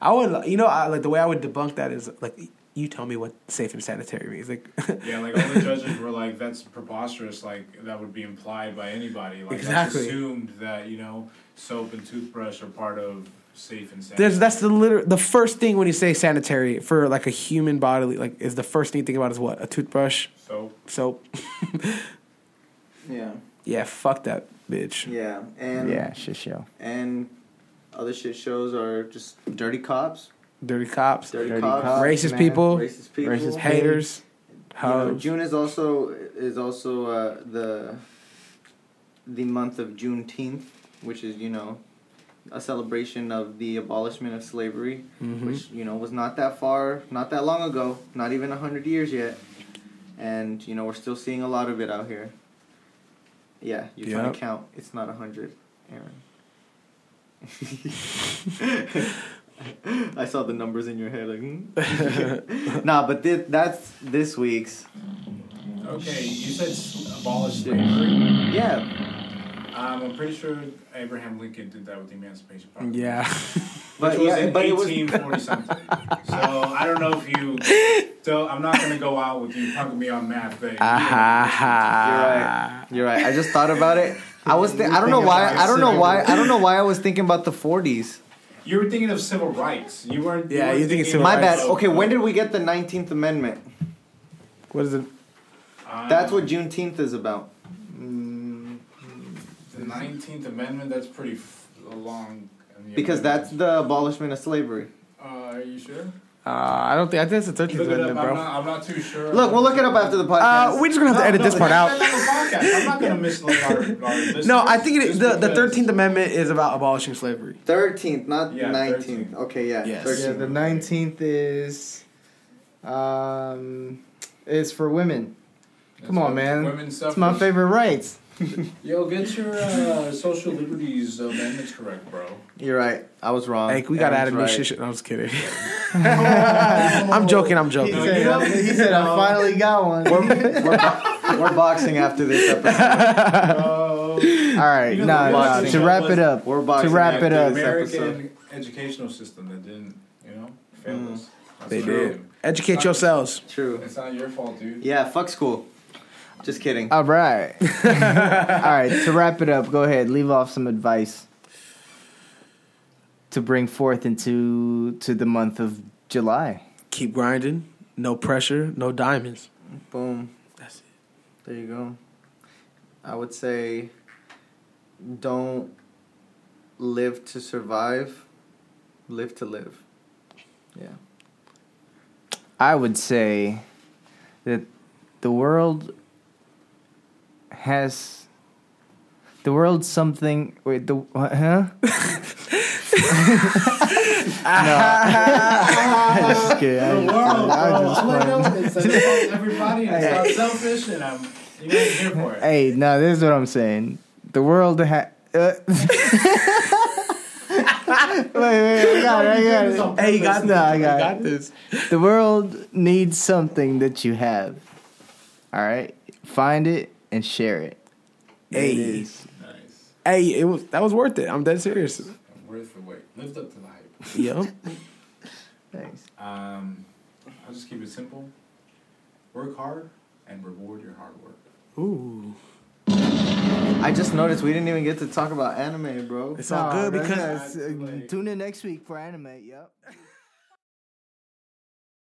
Speaker 6: I would. You know, I, like the way I would debunk that is like you tell me what safe and sanitary means. Like,
Speaker 4: Yeah, like all the judges were like, "That's preposterous. Like that would be implied by anybody. Like
Speaker 6: Exactly.
Speaker 4: that's assumed that you know soap and toothbrush are part of safe and sanitary."
Speaker 6: there's that's the liter- the first thing when you say sanitary for like a human bodily like is the first thing you think about is what a toothbrush,
Speaker 4: soap.
Speaker 6: soap.
Speaker 5: Yeah.
Speaker 6: yeah, fuck that bitch.
Speaker 5: Yeah. And
Speaker 3: yeah, shit show.
Speaker 5: and other shit shows are just dirty cops,
Speaker 6: Dirty cops,
Speaker 5: dirty,
Speaker 3: Dirty
Speaker 5: cops,
Speaker 3: cops,
Speaker 6: racist
Speaker 3: man.
Speaker 6: people,
Speaker 5: racist people,
Speaker 3: Racist
Speaker 6: haters,
Speaker 5: You know,
Speaker 6: hoes.
Speaker 5: June is also is also uh, the the month of Juneteenth, which is you know a celebration of the abolishment of slavery,
Speaker 6: Mhm.
Speaker 5: which you know was not that far, not that long ago, not even hundred years yet, and you know we're still seeing a lot of it out here. Yeah, you're trying
Speaker 6: Yep.
Speaker 5: to count. It's not hundred, Aaron. I saw the numbers in your head, like. hmm. nah, but thi- that's this week's.
Speaker 4: Okay, you said s- abolish slavery.
Speaker 5: Yeah,
Speaker 4: Um, I'm pretty sure Abraham Lincoln did that with the Emancipation Proclamation.
Speaker 6: Yeah,
Speaker 5: but
Speaker 4: Which was
Speaker 5: yeah,
Speaker 4: in
Speaker 5: but it was.
Speaker 4: 1840 something. so I don't know if you. So I'm not gonna go out with you punking me on math. But
Speaker 6: ah,
Speaker 5: right. You're right. I just thought about it. I was. Thi- I don't know
Speaker 3: Thinking
Speaker 5: why.
Speaker 3: about
Speaker 5: I don't know
Speaker 3: civil
Speaker 5: why. I don't know why I was thinking about the 40s.
Speaker 4: You were thinking of civil rights. You weren't.
Speaker 6: Yeah,
Speaker 4: you
Speaker 6: you're
Speaker 4: were
Speaker 6: thinking civil
Speaker 5: My
Speaker 6: Right.
Speaker 5: bad. Okay, when did we get the 19th Amendment?
Speaker 6: what is it?
Speaker 4: Uh,
Speaker 5: That's what Juneteenth is about.
Speaker 4: The Nineteenth Amendment. That's pretty f- long. in the
Speaker 5: Because that's
Speaker 4: amendment.
Speaker 5: the abolishment of slavery.
Speaker 4: Uh, are you sure?
Speaker 6: Uh, I don't think I think it's the thirteenth
Speaker 4: Look it up.
Speaker 6: amendment,
Speaker 4: I'm
Speaker 6: bro.
Speaker 4: not, I'm not too sure.
Speaker 5: Look, we'll look it up after the podcast.
Speaker 6: Uh, we're just gonna have to
Speaker 4: No,
Speaker 6: edit
Speaker 4: no,
Speaker 6: this part
Speaker 4: that's
Speaker 6: out.
Speaker 4: not the podcast. I'm not gonna mislead our, our listeners.
Speaker 6: No, I think it,
Speaker 4: just
Speaker 6: the the
Speaker 4: because-
Speaker 6: Thirteenth Amendment is about abolishing slavery.
Speaker 5: 13th, not
Speaker 4: Yeah,
Speaker 5: 19th.
Speaker 4: 13th.
Speaker 5: Okay, yeah.
Speaker 6: Yes.
Speaker 3: Yeah,
Speaker 5: 13th.
Speaker 3: the nineteenth is um, is for women.
Speaker 4: That's
Speaker 3: Come on,
Speaker 4: what
Speaker 3: man.
Speaker 4: Women
Speaker 3: It's my
Speaker 4: suffrage.
Speaker 3: favorite rights.
Speaker 4: Yo, get your uh, social liberties amendments correct, bro.
Speaker 5: You're right. I was wrong.
Speaker 6: Like we gotta add a new
Speaker 5: Aaron's right.
Speaker 6: shit. shit. No, I'm just kidding. I'm joking. I'm
Speaker 3: He
Speaker 6: joking.
Speaker 4: No,
Speaker 3: said, uh,
Speaker 4: you know-
Speaker 3: he said I finally got one. All
Speaker 5: We're, bo- we're boxing after this episode.
Speaker 4: Bro.
Speaker 3: right,
Speaker 4: You know
Speaker 3: nah, nah.
Speaker 4: the boxing
Speaker 3: To
Speaker 4: show
Speaker 3: wrap
Speaker 4: was-
Speaker 3: it up,
Speaker 5: We're boxing
Speaker 3: To wrap
Speaker 5: after
Speaker 3: it up.
Speaker 5: this episode.
Speaker 4: American educational system that didn't, you know, fail
Speaker 5: Mm.
Speaker 4: us. That's
Speaker 6: They
Speaker 4: true.
Speaker 6: did. Educate yourselves.
Speaker 5: True.
Speaker 4: It's not your fault, dude.
Speaker 5: Yeah, fuck school. Just kidding.
Speaker 3: All right. All right. To wrap it up, go ahead. Leave off some advice to bring forth into to the month of July.
Speaker 6: Keep grinding. No pressure. No diamonds.
Speaker 5: Boom.
Speaker 6: That's it.
Speaker 5: There you go. I would say don't live to survive, live to live. Yeah.
Speaker 3: I would say that the world has The world's something. Wait, the what, huh? no. Just kidding. I
Speaker 4: The
Speaker 3: was-
Speaker 4: world, bro.
Speaker 3: I was just playing.
Speaker 4: All I know is that I love everybody and it's not selfish, and I'm you know, here for it.
Speaker 3: Hey, no, this is what I'm saying. The world ha- uh. Wait, wait, I got it, I got it.
Speaker 6: Hey, you got
Speaker 3: No, I
Speaker 6: this.
Speaker 3: got
Speaker 6: You
Speaker 3: it.
Speaker 6: this.
Speaker 3: The world needs something that you have. All right? Find it and share it.
Speaker 6: Hey.
Speaker 3: It is.
Speaker 4: Nice.
Speaker 6: Hey, it was that was worth it. I'm dead serious.
Speaker 4: Worth the wait. Lived up to the hype.
Speaker 6: Yep.
Speaker 3: Thanks.
Speaker 4: Um, I'll just keep it simple. Work hard and reward your hard work.
Speaker 6: Ooh,
Speaker 5: I just noticed we didn't even get to talk about anime, bro.
Speaker 6: it's all
Speaker 3: No,
Speaker 6: good
Speaker 3: no,
Speaker 6: because
Speaker 3: no, it's, uh, tune in next week for anime. Yep.